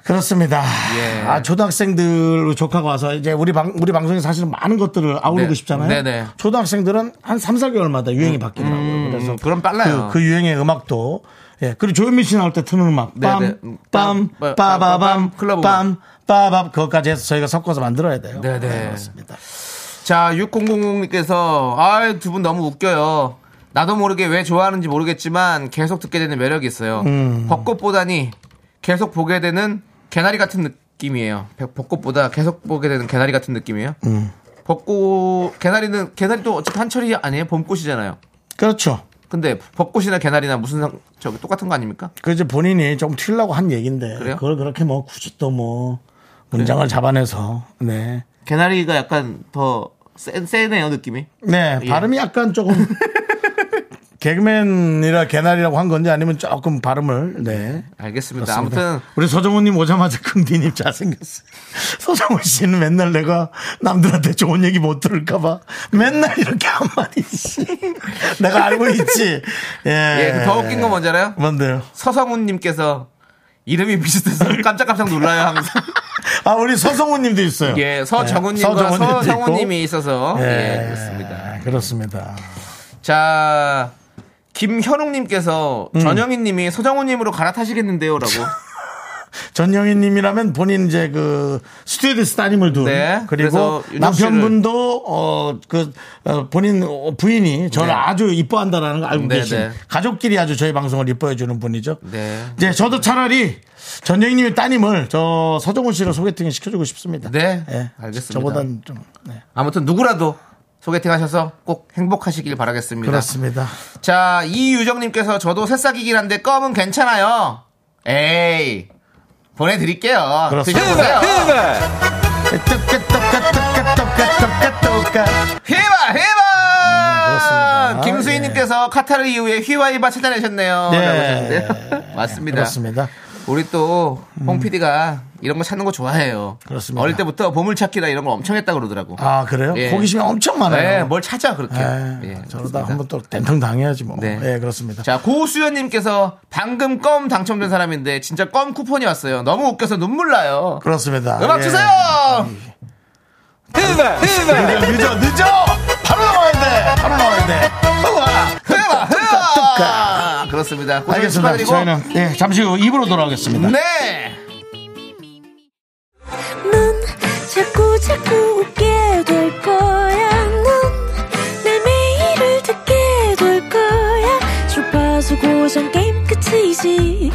A: 그렇습니다.
B: 예.
A: 아 초등학생들 조카가 와서 이제 우리 방 우리 방송에 사실은 많은 것들을 아우르고
B: 네.
A: 싶잖아요.
B: 네네.
A: 초등학생들은 한 3, 4개월마다 유행이 바뀌더라고요. 그래서
B: 음, 그럼 빨라요.
A: 그, 그 유행의 음악도 예 그리고 조현민 씨 나올 때 트는 음악
B: 네네.
A: 빰빰
B: 빰,
A: 빠바밤
B: 빰, 클럽
A: 빰 빠밤 그것까지 해서 저희가 섞어서 만들어야 돼요.
B: 네네.
A: 그렇습니다.
B: 자, 6000님께서, 아, 두 분 너무 웃겨요. 나도 모르게 왜 좋아하는지 모르겠지만 계속 듣게 되는 매력이 있어요.
A: 음.
B: 벚꽃보다니 계속 보게 되는 개나리 같은 느낌이에요. 배- 벚꽃보다 계속 보게 되는 개나리 같은 느낌이에요.
A: 음.
B: 벚꽃, 개나리는, 개나리도 어차피 한철이 아니에요? 봄꽃이잖아요.
A: 그렇죠.
B: 근데 벚꽃이나 개나리나 무슨 상, 저기 똑같은 거 아닙니까?
A: 그 이제 본인이 좀 튀려고 한 얘긴데
B: 그래요?
A: 그걸 그렇게 뭐 굳이 또 뭐 문장을 잡아내서 네.
B: 개나리가 약간 더 센, 세네요, 느낌이.
A: 네,
B: 예.
A: 발음이 약간 조금 개그맨이라 개나리라고 한 건지 아니면 조금 발음을 네.
B: 알겠습니다.
A: 그렇습니다.
B: 아무튼
A: 우리 서정훈님 오자마자 긍디님 잘생겼어요. 서정훈 씨는 맨날 내가 남들한테 좋은 얘기 못 들을까봐 맨날 이렇게 한 말이 있지. 내가 알고 있지. 예.
B: 예, 그더 웃긴 건 뭔지 알아요?
A: 뭔데요?
B: 서성훈님께서 이름이 비슷해서 깜짝깜짝 놀라요 하면서
A: 아, 우리 서정훈님도 있어요. 네,
B: 예 서정훈님과
A: 서정훈님도 있고.
B: 서성훈님이 있어서
A: 예,
B: 예 그렇습니다
A: 그렇습니다.
B: 자 김현웅님께서 전영희님이 서정훈님으로 갈아타시겠는데요라고
A: 전영희님이라면 본인 이제 그 스튜디스 따님을 둔
B: 네,
A: 그리고
B: 그래서 윤정
A: 남편분도 어그 어, 본인 어, 부인이 저를
B: 네.
A: 아주 이뻐한다라는 걸 알고
B: 네,
A: 계신
B: 네.
A: 가족끼리 아주 저희 방송을 이뻐해주는 분이죠.
B: 네.
A: 이제 저도 차라리 전영희님의 따님을 저 서정훈 씨를 소개팅 시켜주고 싶습니다.
B: 네,
A: 예.
B: 알겠습니다.
A: 저보단 좀 네.
B: 아무튼 누구라도 소개팅 하셔서 꼭 행복하시길 바라겠습니다
A: 그렇습니다.
B: 자 이유정님께서 저도 새싹이긴 한데 껌은 괜찮아요 에이 보내드릴게요
A: 그렇습니다.
B: 드셔보세요 휘바 휘바
A: 음, 그렇습니다. 예.
B: 김수희님께서 카타르 이후에 휘바이바 어, 찾아내셨네요.
A: 네.
B: 라고
A: 예,
B: 하셨는데요. 맞습니다.
A: 그렇습니다. 음.
B: 우리 또홍 PD가 이런 거 찾는 거 좋아해요.
A: 그렇습니다.
B: 어릴 때부터 보물 찾기나 이런 걸 엄청 했다 그러더라고.
A: 아 그래요?
B: 예.
A: 호기심이 엄청 많아요.
B: 네, 뭘 찾아 그렇게.
A: 에이,
B: 예,
A: 저러다
B: 그렇습니다.
A: 한번 또 땜통 당해야지 뭐.
B: 네.
A: 예, 그렇습니다.
B: 자 고수연님께서 방금 껌 당첨된 사람인데 진짜 껌 쿠폰이 왔어요. 너무 웃겨서 눈물 나요.
A: 그렇습니다.
B: 음악
A: 예.
B: 주세요. 휘바 휘바
A: 늦어, 늦어! 바로 나와야 돼! 바로 나와야 돼! 우와!
B: 휘바 휘바 그렇습니다. 고수연 씨
A: 알겠습니다.
B: 축하드리고
A: 저희는 예, 잠시 후 입으로 돌아오겠습니다.
B: 네.
F: 넌 자꾸 자꾸 웃게 될 거야. 넌내 매일을 듣게 될 거야. 주파수 고정 게임 끝이지.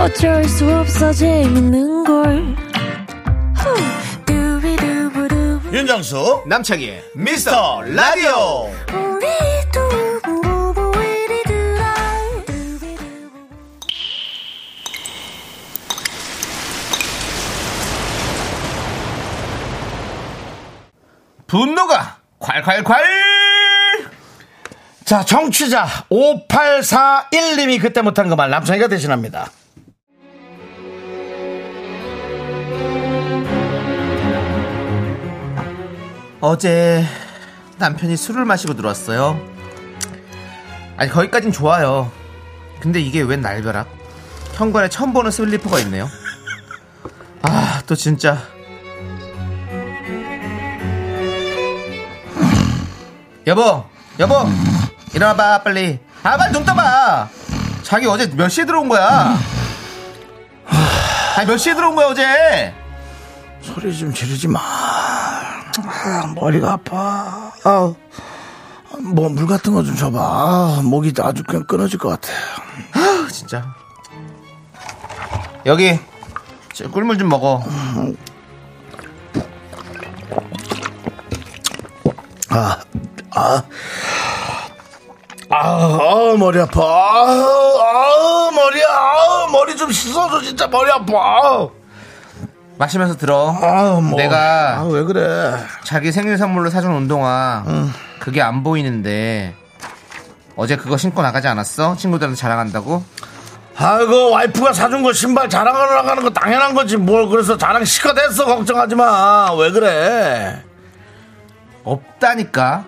F: 어쩔 수 없어 재밌는 걸. 후. 두비두부두.
A: 윤정수,
B: 남창희의 미스터 라디오
F: 우리 두부부부 우리 두라. 두비두부부.
B: 분노가 콸콸콸
A: 자, 정취자 5841님이 그때 못한 그말 남창이가 대신합니다.
B: 어제 남편이 술을 마시고 들어왔어요 아니 거기까진 좋아요 근데 이게 웬 날벼락 현관에 처음 보는 슬리퍼가 있네요 아 또 진짜 여보 여보 일어나봐 빨리 아 빨리 눈 떠봐 자기 어제 몇 시에 들어온 거야 아니 몇 시에 들어온 거야 어제
A: 소리 좀 지르지 마. 아, 머리가 아파. 아, 뭐, 물 같은 거 좀 줘봐. 아, 목이 아주 그냥 끊어질 것 같아.
B: 진짜. 여기 저 꿀물 좀 먹어.
A: 아, 아, 아, 아 머리 아파. 아, 아 머리야. 아, 머리 좀 씻어줘 진짜 머리 아파.
B: 마시면서 들어.
A: 아, 뭐.
B: 내가-
A: 아, 왜 그래?
B: 자기 생일 선물로 사준 운동화 그게 안 보이는데 어제 그거 신고 나가지 않았어? 친구들한테 자랑한다고?
A: 아이고 그 와이프가 사준 거 신발 자랑하러 가는 거 당연한 거지 뭘 그래서 자랑 시가 됐어 걱정하지 마 왜 그래?
B: 없다니까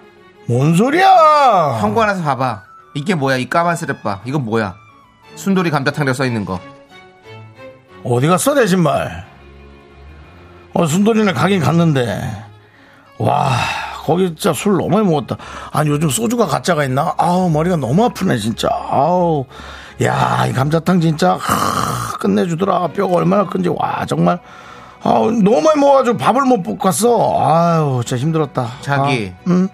A: 뭔 소리야?
B: 형관 나서 봐봐 이게 뭐야 이 까만 쓰레빠 이건 뭐야 순돌이 감자탕이라고 써있는 거
A: 어디 갔어 내 신발? 어 순돌이네 가긴 갔는데 와 거기 진짜 술 너무 많이 먹었다. 아니 요즘 소주가 가짜가 있나? 아우 머리가 너무 아프네 진짜. 아우 야이 감자탕 진짜 하, 끝내주더라. 뼈가 얼마나 큰지 와 정말 아우 너무 많이 먹어가지고 밥을 못 볶았어. 아유 진짜 힘들었다.
B: 자기.
A: 아, 응?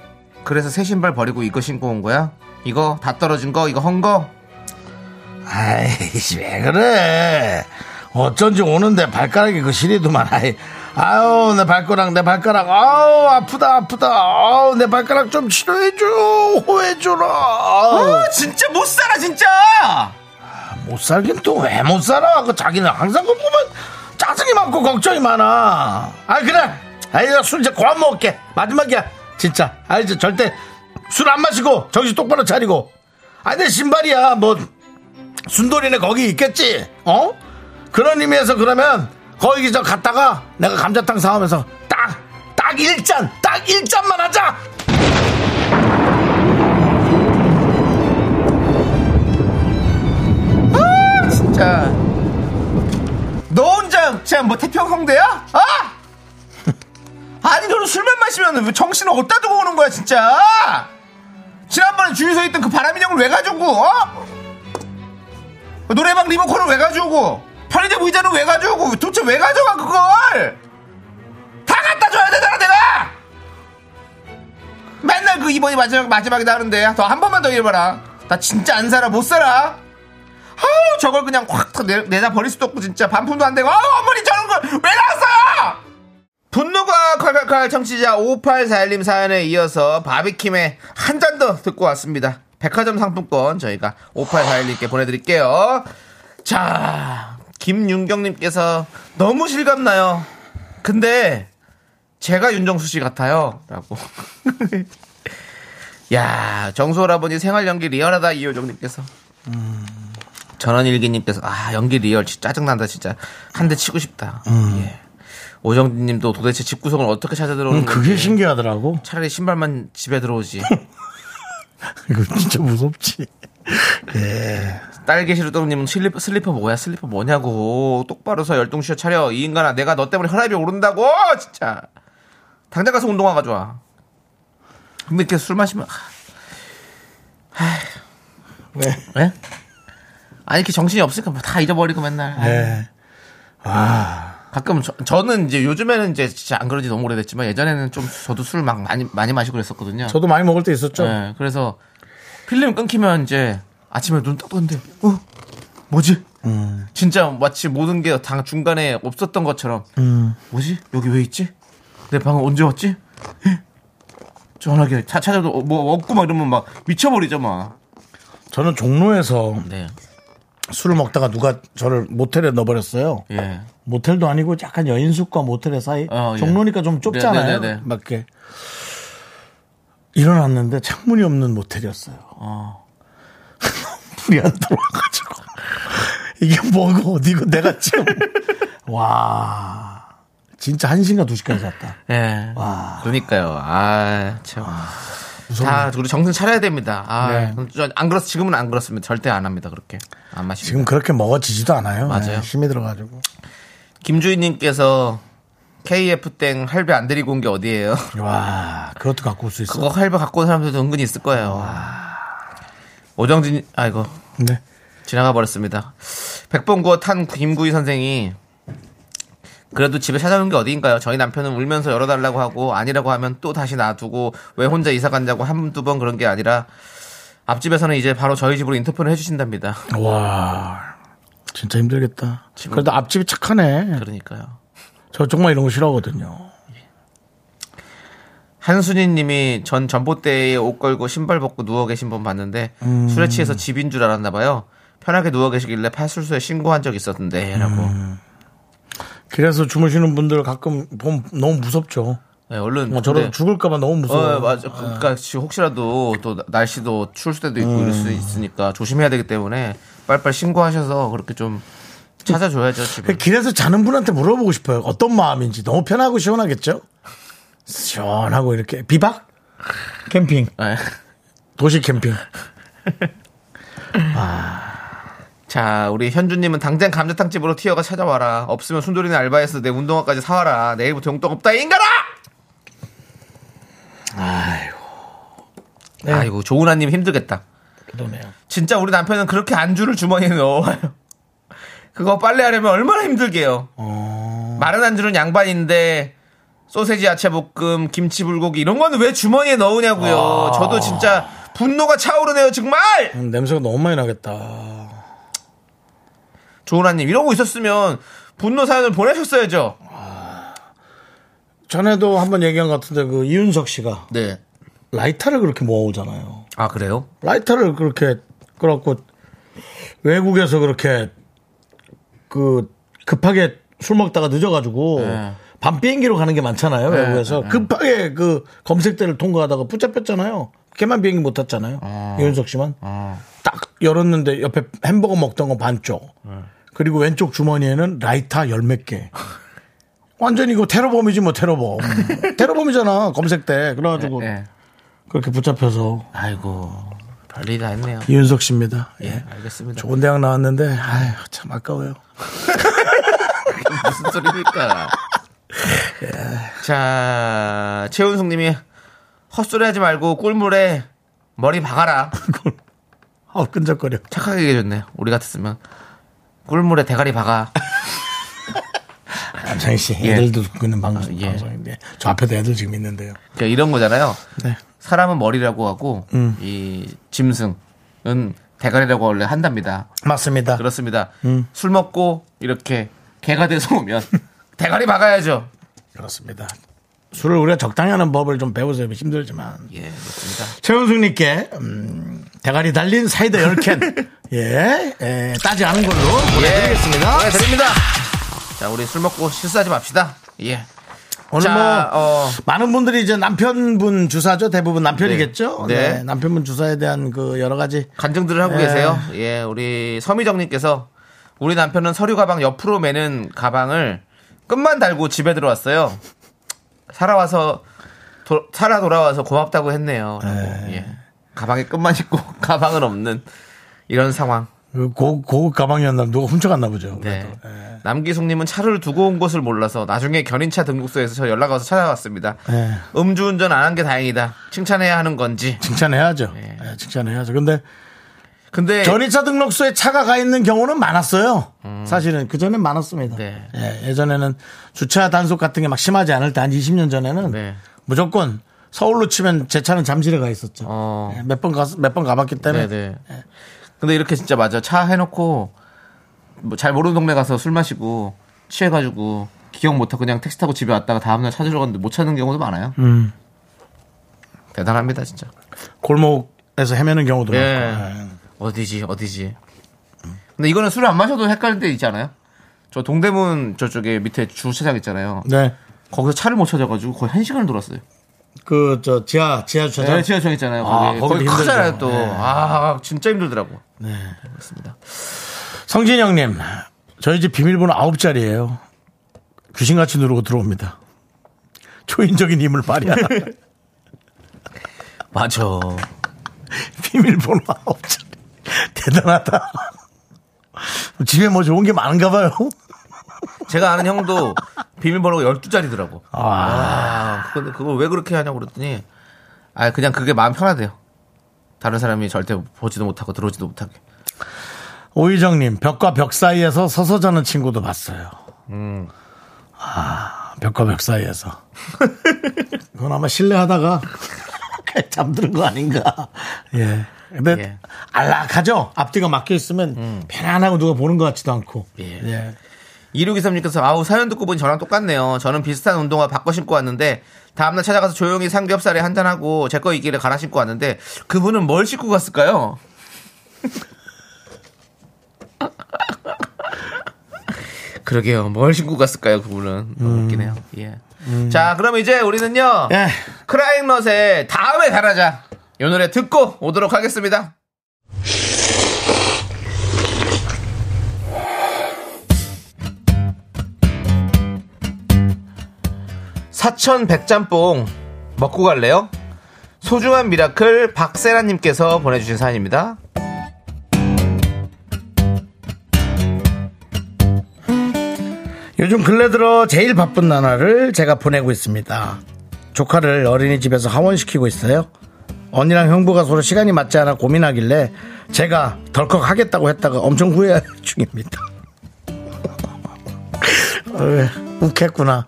B: 그래서 새 신발 버리고 이거 신고 온 거야? 이거 다 떨어진 거 이거 헌거
A: 아이씨 왜 그래 어쩐지 오는데 발가락이 그 시리도만 아이 아우 내 발가락 내 발가락 아우 아프다 아프다 아우 내 발가락 좀 치료해줘 호해줘라 아우
B: 어, 진짜 못 살아 진짜
A: 못 살긴 또 왜 못 살아 그 자기는 항상 그 보면 짜증이 많고 걱정이 많아 아 그래 아이 술 이제 그만 먹을게 마지막이야 진짜 아 이제 절대 술 안 마시고 정신 똑바로 차리고 아내 신발이야 뭐 순돌이네 거기 있겠지 어 그런 의미에서 그러면 거기 저 갔다가 내가 감자탕 사오면서 딱 딱 일잔 딱 일잔만 하자
B: 진짜 너 혼자 그냥 뭐 태평성대야? 아! 아니 너는 술만 마시면 왜 정신을 어디다 두고 오는 거야 진짜 지난번에 주유소에 있던 그 바람인형을 왜 가져오고 어? 노래방 리모컨을 왜 가져오고 편의점 의자는 왜 가져오고 도대체 왜 가져가 그걸 다 갖다 줘야 되잖아 내가 맨날 그 이번이 마지막, 마지막이다 하는데 더 한 번만 더 일해봐라 나 진짜 안 살아 못 살아 아우 저걸 그냥 확 다 내- 내다 버릴 수도 없고 진짜 반품도 안 되고 아우 어머니 저런 걸 왜 나왔어요 분노가 칼칼칼 청취자 5841님 사연에 이어서 바비킴의 한 잔 더 듣고 왔습니다 백화점 상품권 저희가 5841님께 보내드릴게요 자 김윤경님께서 너무 실감나요 근데 제가 윤정수 씨 같아요 라고 야 정수 할아버지 생활 연기 리얼하다 이효정님께서 음. 전원일기님께서 아 연기 리얼 진짜 짜증난다 진짜 한 대 치고 싶다.
A: 음.
B: 예. 오정진님도 도대체 집 구석을 어떻게 찾아 들어오는
A: 음, 그게
B: 건지.
A: 신기하더라고
B: 차라리 신발만 집에 들어오지.
A: 이거 진짜 무섭지
B: 딸기시루떡님은 슬리퍼, 슬리퍼 뭐야 슬리퍼 뭐냐고 똑바로 서 열동쇼 차려 이 인간아 내가 너 때문에 혈압이 오른다고 진짜 당장 가서 운동화 가져와. 근데 이렇게 술 마시면
A: 네.
B: 왜? 아니 이렇게 정신이 없으니까 뭐다 잊어버리고 맨날. 아유.
A: 네.
B: 가끔 저, 는 이제 요즘에는 이제 진짜 안 그런지 너무 오래됐지만 예전에는 좀 저도 술 막 많이 많이 마시고 그랬었거든요.
A: 저도 많이 먹을 때 있었죠.
B: 네, 그래서 필름 끊기면 이제 아침에 눈 딱 떴는데 어 뭐지?
A: 음.
B: 진짜 마치 모든 게 당 중간에 없었던 것처럼
A: 음.
B: 뭐지? 여기 왜 있지? 내 방은 언제 왔지? 에? 전화기 차- 찾아도 어, 뭐 없고 막 이러면 막 미쳐버리죠 막.
A: 저는 종로에서
B: 네,
A: 술을 먹다가 누가 저를 모텔에 넣어버렸어요.
B: 예.
A: 모텔도 아니고 약간 여인숙과 모텔의 사이
B: 어, 예.
A: 종로니까 좀 좁잖아요.
B: 네, 네, 네, 네.
A: 맞게 일어났는데 창문이 없는 모텔이었어요. 불이 안 들어와가지고 이게 뭐고 어디고 내가 지금 와 진짜 1 시인가 2 시까지 잤다.
B: 예.
A: 와.
B: 그러니까요. 아, 참. 다 우리 정신 차려야 됩니다. 아,
A: 네.
B: 저안 그렇 지금은 안 그렇습니다. 절대 안 합니다. 그렇게 안 마십니다.
A: 지금 그렇게 먹어지지도 않아요. 네,
B: 맞아요.
A: 힘이 들어가지고
B: 김주희님께서 KF 땡 할배 안 데리고 온 게 어디예요?
A: 와 그것도 갖고 올 수 있어.
B: 그거 할배 갖고 온 사람들도 은근히 있을 거예요. 오정진, 아이고
A: 네.
B: 지나가 버렸습니다. 백봉구어 탄 김구희 선생이 그래도 집에 찾아온 게 어디인가요? 저희 남편은 울면서 열어달라고 하고 아니라고 하면 또 다시 놔두고 왜 혼자 이사 간다고 한 두 번 그런 게 아니라 앞집에서는 이제 바로 저희 집으로 인터폰을 해주신답니다.
A: 네. 와 진짜 힘들겠다. 그래도 앞집이 착하네.
B: 그러니까요.
A: 저 정말 이런 거 싫어하거든요.
B: 한순희님이 전
A: 음.
B: 전봇대에 옷 걸고 신발 벗고 누워 계신 분 봤는데 술에 취해서 집인 줄 알았나 봐요. 편하게 누워 계시길래 파출소에 신고한 적이 있었는데 라고
A: 음. 길에서 주무시는 분들 가끔 보면 너무 무섭죠.
B: 네, 얼른
A: 뭐 저런
B: 근데-
A: 죽을까봐 너무 무서워.
B: 어, 맞아. 그러니까 지금 혹시라도 또 나- 날씨도 추울 때도 있고 이럴
A: 음.
B: 수 있으니까 조심해야 되기 때문에 빨리빨리 신고하셔서 그렇게 좀 찾아줘야죠 집을.
A: 길에서 자는 분한테 물어보고 싶어요. 어떤 마음인지 너무 편하고 시원하겠죠? 시원하고 이렇게 비박 캠핑
B: 네.
A: 도시 캠핑
B: 자, 우리 현주님은 당장 감자탕집으로 튀어가 찾아와라. 없으면 순돌이네 알바에서 내 운동화까지 사와라. 내일부터 용돈 없다 이 인간아! 네. 아이고, 아이고 조은아님 힘들겠다.
A: 그러네요.
B: 진짜 우리 남편은 그렇게 안주를 주머니에 넣어요. 그거 빨래하려면 얼마나 힘들게요. 마른 안주는 양반인데 소세지 야채볶음, 김치 불고기 이런 거는 왜 주머니에 넣으냐고요. 저도 진짜 분노가 차오르네요 정말.
A: 음, 냄새가 너무 많이 나겠다.
B: 조은아님 이러고 있었으면 분노 사연을 보내셨어야죠.
A: 전에도 한번 얘기한 것 같은데 그 이윤석 씨가
B: 네.
A: 라이터를 그렇게 모아오잖아요.
B: 아 그래요?
A: 네. 라이터를 그렇게 그렇고 외국에서 그렇게 그 급하게 술 먹다가 늦어가지고 밤 비행기로 가는 게 많잖아요 외국에서 급하게 그 검색대를 통과하다가 붙잡혔잖아요 걔만 비행기 못 탔잖아요 이윤석 씨만
B: 어.
A: 딱 열었는데 옆에 햄버거 먹던 거 반쪽 그리고 왼쪽 주머니에는 라이터 열 몇 개 완전 이거 테러범이지 뭐 테러범 테러범이잖아 검색대 그래가지고
B: 네.
A: 그렇게 붙잡혀서
B: 아이고 별일 다 했네요.
A: 이윤석 씨입니다. 예.
B: 알겠습니다.
A: 좋은 대학 나왔는데, 아휴, 참 아까워요.
B: 무슨 소리입니까? 자, 최은숙님이 헛소리 하지 말고 꿀물에 머리 박아라.
A: 어, 끈적거려.
B: 착하게 얘기해줬네요. 우리 같았으면. 꿀물에 대가리 박아.
A: 남창희 씨,
B: 예.
A: 애들도 듣는 방송,
B: 예.
A: 방송인데. 저 앞에도 애들 지금 있는데요.
B: 그러니까 이런 거잖아요.
A: 네.
B: 사람은 머리라고 하고, 이 짐승은 대가리라고 원래 한답니다.
A: 맞습니다.
B: 그렇습니다.
A: 음.
B: 술 먹고 이렇게 개가 돼서 오면 대가리 박아야죠.
A: 그렇습니다. 술을 우리가 적당히 하는 법을 좀 배우세요. 힘들지만.
B: 예, 그렇습니다.
A: 최은숙님께, 음, 대가리 달린 사이다 10캔. 예, 예, 따지 않은 걸로 보내드리겠습니다.
B: 예, 드립니다. 자, 우리 술 먹고 실수하지 맙시다. 예.
A: 오늘
B: 자,
A: 뭐
B: 어.
A: 많은 분들이 이제 남편분 주사죠. 대부분 남편이겠죠.
B: 네.
A: 네.
B: 네.
A: 남편분 주사에 대한 그 여러 가지
B: 간증들을 하고
A: 예.
B: 계세요. 예, 우리 서미정님께서 우리 남편은 서류 가방 옆으로 매는 가방을 끝만 달고 집에 들어왔어요. 살아와서 도- 살아 돌아와서 고맙다고 했네요. 라고. 예. 가방에 끝만 있고 가방은 없는 이런 상황.
A: 그 고, 고급 가방이었나 누가 훔쳐갔나 보죠.
B: 네.
A: 그래도. 예.
B: 남기숙님은 차를 두고 온 것을 몰라서 나중에 견인차 등록소에서 저 연락 와서 찾아왔습니다.
A: 예.
B: 음주운전 안 한 게 다행이다. 칭찬해야 하는 건지.
A: 칭찬해야죠.
B: 네.
A: 예, 칭찬해야죠. 근데
B: 근데
A: 전입차 등록소에 차가 가 있는 경우는 많았어요. 사실은 그전엔 많았습니다.
B: 음. 네.
A: 예, 전에는 주차 단속 같은 게 막 심하지 않을 때 한 20년 전에는
B: 네.
A: 무조건 서울로 치면 제 차는 잠실에 가 있었죠. 예,
B: 어.
A: 몇 번 가 몇 번 가봤기 때문에
B: 네네. 근데 이렇게 진짜 맞아. 차 해놓고 뭐 잘 모르는 동네 가서 술 마시고 취해가지고 기억 못하고 그냥 택시 타고 집에 왔다가 다음날 찾으러 갔는데 못 찾는 경우도 많아요.
A: 음.
B: 대단합니다 진짜.
A: 골목에서 헤매는 경우도
B: 예.
A: 많고. 예.
B: 어디지 어디지. 근데 이거는 술을 안 마셔도 헷갈릴 때 있잖아요. 저 동대문 저쪽에 밑에 주차장 있잖아요.
A: 네.
B: 거기서 차를 못 찾아가지고 거의 한 시간을 돌았어요.
A: 그 저 지하 지하 주차장
B: 네, 지하철 있잖아요.
A: 아,
B: 거기,
A: 거기
B: 거기
A: 힘들죠.
B: 크잖아요 또.
A: 네.
B: 아 진짜 힘들더라고. 네. 그렇습니다.
A: 성진영님, 저희 집 비밀번호 9자리예요 귀신같이 누르고 들어옵니다. 초인적인 힘을 발휘하라.
B: 맞아.
A: 비밀번호 9자리. 대단하다. 집에 뭐 좋은 게 많은가 봐요.
B: 제가 아는 형도 비밀번호가 12자리더라고.
A: 아,
B: 아, 근데 그걸 왜 그렇게 하냐고 그랬더니, 아, 그냥 그게 마음 편하대요. 다른 사람이 절대 보지도 못하고 들어오지도 못하게.
A: 오희정님, 벽과 벽 사이에서 서서 자는 친구도 봤어요. 아, 벽과 벽 사이에서. 그건 아마 실례하다가 잠드는 거 아닌가. 예. 근데
B: 예. 음.
A: 안락하죠? 앞뒤가 막혀 있으면 편안하고 누가 보는 것 같지도 않고.
B: 예.
A: 예.
B: 2623님께서, 아우, 사연 듣고 보니 저랑 똑같네요. 저는 비슷한 운동화 바꿔 신고 왔는데, 다음날 찾아가서 조용히 삼겹살에 한잔하고, 제 거 있기를 갈아 신고 왔는데, 그분은 뭘 신고 갔을까요? 그러게요. 뭘 신고 갔을까요, 그분은. 너무 웃기네요. 예. 자, 그럼 이제 우리는요.
A: 예.
B: 크라잉넛의 다음에 달하자. 이 노래 듣고 오도록 하겠습니다. 사천 백짬뽕 먹고 갈래요? 소중한 미라클 박세라님께서 보내주신 사연입니다.
A: 요즘 근래 들어 제일 바쁜 나날을 제가 보내고 있습니다. 조카를 어린이집에서 하원시키고 있어요. 언니랑 형부가 서로 시간이 맞지 않아 고민하길래 제가 덜컥 하겠다고 했다가 엄청 후회 중입니다. 어, 욱했구나.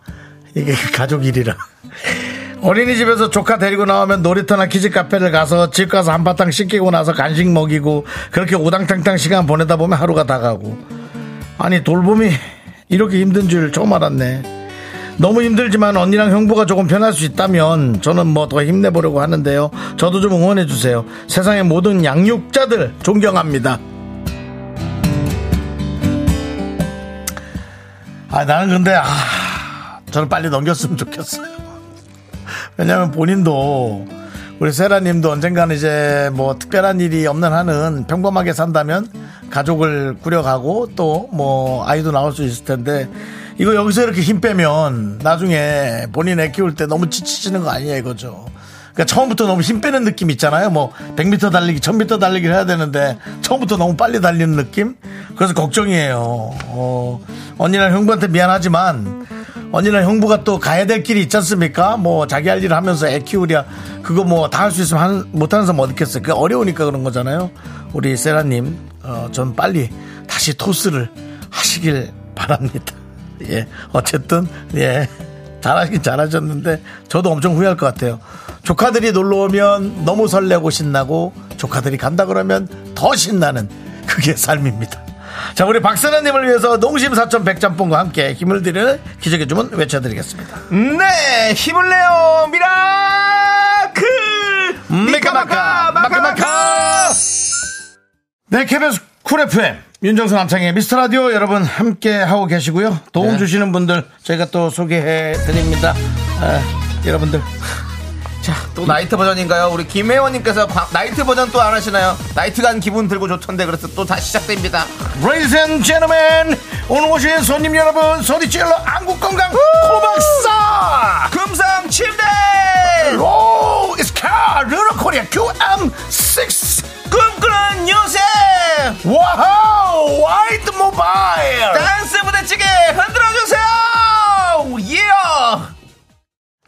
A: 이게 가족 일이라. 어린이집에서 조카 데리고 나오면 놀이터나 키즈카페를 가서 집 가서 한바탕 씻기고 나서 간식 먹이고 그렇게 오당탕탕 시간 보내다 보면 하루가 다 가고 아니 돌봄이 이렇게 힘든 줄 처음 알았네. 너무 힘들지만 언니랑 형부가 조금 편할 수 있다면 저는 뭐 더 힘내보려고 하는데요. 저도 좀 응원해 주세요. 세상의 모든 양육자들 존경합니다. 아 나는 근데 아 저는 빨리 넘겼으면 좋겠어요. 왜냐하면 본인도 우리 세라님도 언젠가는 이제 뭐 특별한 일이 없는 한은 평범하게 산다면 가족을 꾸려가고 또 뭐 아이도 나올 수 있을 텐데 이거 여기서 이렇게 힘 빼면 나중에 본인 애 키울 때 너무 지치시는 거 아니야 이거죠. 그러니까 처음부터 너무 힘 빼는 느낌 있잖아요. 뭐 100m 달리기, 1000m 달리기를 해야 되는데 처음부터 너무 빨리 달리는 느낌? 그래서 걱정이에요. 어, 언니랑 형부한테 미안하지만 언니랑 형부가 또 가야 될 길이 있지 않습니까? 뭐 자기 할 일을 하면서 애 키우랴 그거 뭐 다 할 수 있으면 하는- 못하는 사람 어디 있겠어요. 그게 어려우니까 그런 거잖아요. 우리 세라님, 어, 전 빨리 다시 토스를 하시길 바랍니다. 예, 어쨌든 예. 잘하긴 잘하셨는데 저도 엄청 후회할 것 같아요. 조카들이 놀러 오면 너무 설레고 신나고 조카들이 간다 그러면 더 신나는 그게 삶입니다. 자, 우리 박선아님을 위해서 농심 4,100짬뽕과 함께 힘을 드리는 기적의 주문 외쳐드리겠습니다.
B: 네! 힘을 내요! 미라클!
A: 음, 미카마카, 마카마카! 네, KBS 쿨 FM. 윤정수 남창의 미스터 라디오 여러분 함께 하고 계시고요. 도움
B: 네.
A: 주시는 분들 저희가 또 소개해 드립니다. 아, 여러분들.
B: 자, 또 나이트 버전인가요? 우리 김혜원님께서 과- 나이트 버전 또 안 하시나요? 나이트 간 기분 들고 좋던데 그래서 또 다시 시작됩니다.
A: Ladies and gentlemen, 오늘 오신 손님 여러분, 소리질러 안국건강 코박사!
B: 금상 침대!
A: 로, 이스카, 르러 코리아, QM6!
B: 꿈꾸는 요새!
A: 와우, 와이드 모바일!
B: 댄스 부대찌개 흔들어주세요! 예!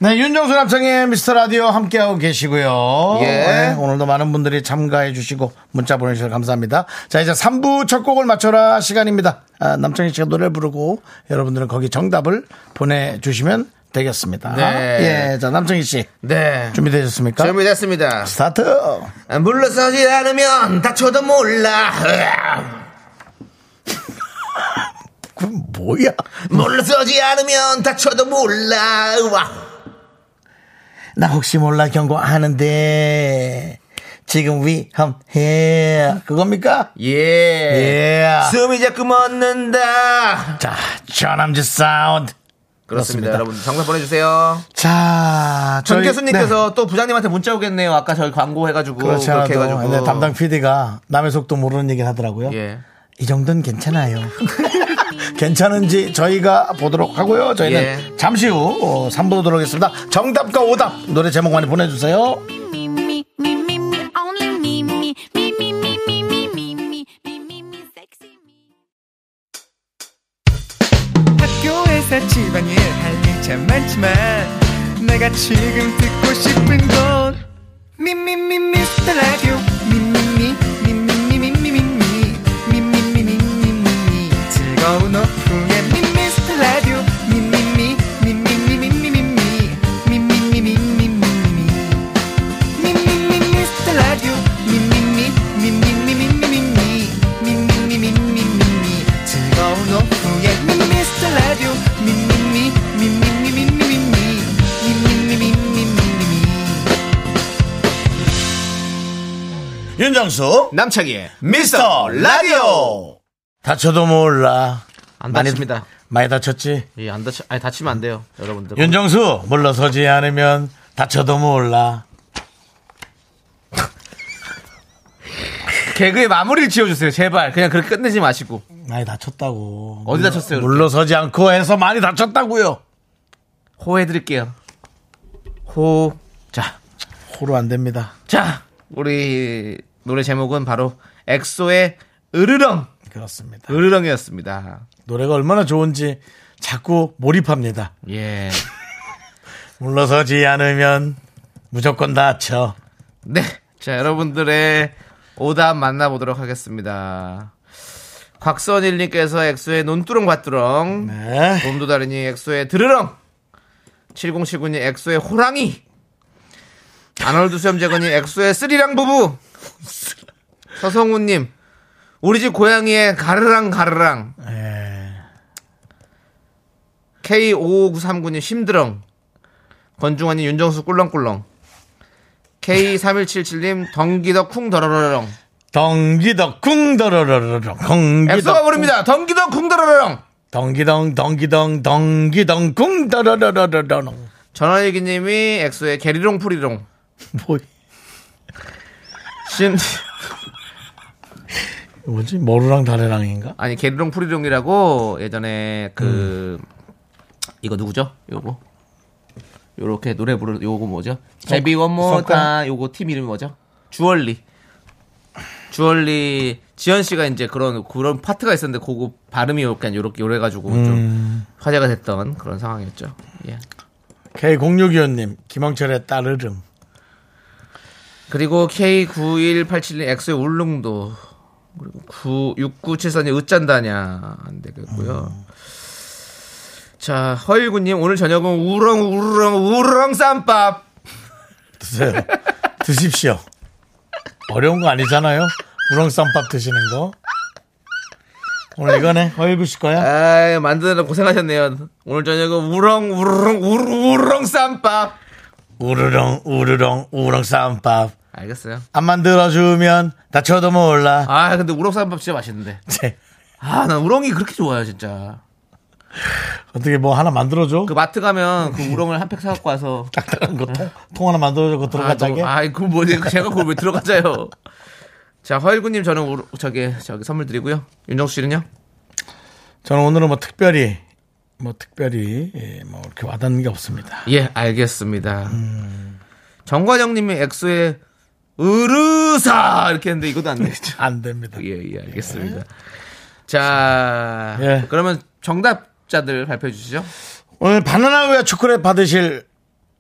A: 네, 윤정수 남창의 미스터 라디오 함께하고 계시고요.
B: 예.
A: 네, 오늘도 많은 분들이 참가해 주시고 문자 보내주셔서 감사합니다. 자, 이제 3부 첫 곡을 맞춰라 시간입니다. 아, 남창희 씨가 노래를 부르고 여러분들은 거기 정답을 보내주시면 되겠습니다.
B: 네.
A: 예, 자, 남창희 씨.
B: 네.
A: 준비되셨습니까?
B: 준비됐습니다.
A: 스타트!
B: 물러서지 않으면 다쳐도 몰라.
A: 그 뭐야?
B: 물러서지 않으면 다쳐도 몰라. 와.
A: 나 혹시 몰라 경고하는데 지금 위험해. 그겁니까?
B: 예.
A: 예.
B: 숨이 자꾸 멎는다.
A: 자, 저남지 사운드.
B: 그렇습니다. 여러분 정답 보내주세요.
A: 자,
B: 전
A: 저희-
B: 교수님께서 또 부장님한테 문자 오겠네요. 아까 저희 광고 해가지고
A: 네, 그렇지
B: 그렇게
A: 않아도
B: 해가지고
A: 네, 담당 PD가 남의 속도 모르는 얘기를 하더라고요.
B: 예.
A: 이 정도는 괜찮아요. 괜찮은지 저희가 보도록 하고요. 저희는
B: 예.
A: 잠시 후 어, 3부로 돌아오겠습니다. 정답과 오답 노래 제목 많이 보내주세요.
F: me, me, me, me, me, only me, me, me, me, me, me, me, me, me, me, me, me, sexy me.
H: 학교에서 집안일 할 일 참 많지만 내가 지금 듣고 싶은 건 미미미 미스터 라디오 미미미 미미미 미미미 미미미 미미미 즐거운 오후에 미스터 라디오 미미미 미미미 미미미 미미미 미미미
A: 윤정수
B: 남창희의 미스터 라디오
A: 다쳐도 몰라
B: 안
A: 많이-
B: 다칩니다.
A: 많이 다쳤지?
B: 예, 안 다치, 아니, 다치면 안 돼요, 여러분들.
A: 윤정수 물러서지 않으면 다쳐도 몰라.
B: 개그의 마무리를 지어주세요, 제발. 그냥 그렇게 끝내지 마시고.
A: 많이 다쳤다고.
B: 어디 다쳤어요, 그렇게?
A: 물러서지 않고 해서 많이 다쳤다고요.
B: 호해드릴게요. 호. 자,
A: 호로 안 됩니다.
B: 자, 우리 노래 제목은 바로 엑소의 으르렁,
A: 그렇습니다.
B: 으르렁이었습니다.
A: 노래가 얼마나 좋은지 자꾸 몰입합니다.
B: 예.
A: 물러서지 않으면 무조건 다쳐.
B: 네. 자, 여러분들의 오답 만나보도록 하겠습니다. 곽선일님께서 엑소의 논두렁 밭두렁.
A: 네.
B: 봄도 다르니 엑소의 드르렁. 7079님 엑소의 호랑이. 아놀드 수염재건님 엑소의 쓰리랑 부부. 서성우님 우리 집 고양이의 가르랑 가르랑. K5539님 심드렁. 권중환님 윤정수 꿀렁꿀렁. K3177님 덩기덕 쿵더러러렁.
A: 덩기덕 쿵더러러러렁
B: 엑소가
A: 덩기덕
B: 부릅니다. 덩기덕 쿵더러러렁.
A: 덩기덩 덩기덩 덩기덩 쿵더러러러러렁
B: 전화일기님이 엑소의 게리롱 프리롱.
A: 뭐
B: 심
A: 뭐지 모르랑 다래랑인가?
B: 아니 게리롱 프리롱이라고 예전에 그 이거 누구죠? 요거 요렇게 노래 부르 요거 뭐죠? 제비 원모다 요거 팀 이름이 뭐죠? 주얼리 주얼리 지현 씨가 이제 그런 그런 파트가 있었는데 그거 발음이 약간 요렇게 요래 가지고 좀 화제가 됐던 그런 상황이었죠. 예.
A: K0625님 김홍철의 따르름
B: 그리고 K9187님 엑소의 울릉도 그리고 6974님 으짠다냐 안 되겠고요. 자 허일구님 오늘 저녁은 우렁 우렁 우렁 쌈밥.
A: 드세요 드십시오 어려운 거 아니잖아요 우렁쌈밥 드시는 거 오늘 이거네 허일구 씨 거야?
B: 아 만드느라 고생하셨네요. 오늘 저녁은 우렁 우렁 우렁 우렁 쌈밥.
A: 우르렁 우르렁 우렁쌈밥
B: 알겠어요.
A: 안 만들어주면 다쳐도 몰라
B: 아 근데 우렁 쌈밥 진짜 맛있는데.
A: 제,
B: 아 나 우렁이 그렇게 좋아요 진짜.
A: 어떻게 뭐 하나 만들어줘?
B: 그 마트 가면 그 우렁을 한 팩 사갖고 와서
A: 딱딱한 거 통, 통 하나 만들어줘 그거 들어가자게
B: 아, 이그 뭐지? 제가 그걸 왜 들어가자요? 자, 허일구님 저는 우르, 저기 저기 선물 드리고요. 윤정수 씨는요?
A: 저는 오늘은 뭐 특별히 뭐 특별히 예, 뭐 이렇게 와닿는 게 없습니다.
B: 예, 알겠습니다. 정관영님이 엑소의 으르사 이렇게 했는데 이것도 안 되겠죠?
A: 안 됩니다.
B: 예, 예, 알겠습니다. 자,
A: 예.
B: 그러면 정답자들 발표해 주시죠.
A: 오늘 바나나우야 초콜릿 받으실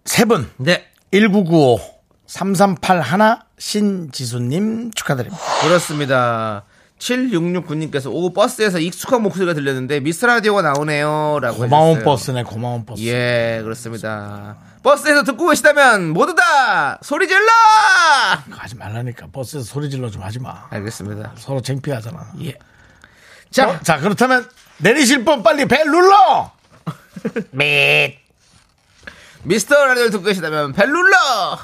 A: 세 분.
B: 네,
A: 1995 3381 신지수님 축하드립니다.
B: 그렇습니다. 7669님께서 오 버스에서 익숙한 목소리가 들렸는데 미스 라디오가 나오네요라고
A: 고마운
B: 해주셨어요.
A: 버스네, 고마운 버스.
B: 예, 그렇습니다. 버스에서 듣고 계시다면 모두 다 소리 질러!
A: 하지 말라니까. 버스에서 소리 질러 좀 하지 마.
B: 알겠습니다.
A: 서로 창피하잖아.
B: 예.
A: 자,
B: 자,
A: 자 그렇다면 내리실 분 빨리 벨 눌러. 밋.
B: 미스터 라디오를 듣고 계시다면 벨 눌러!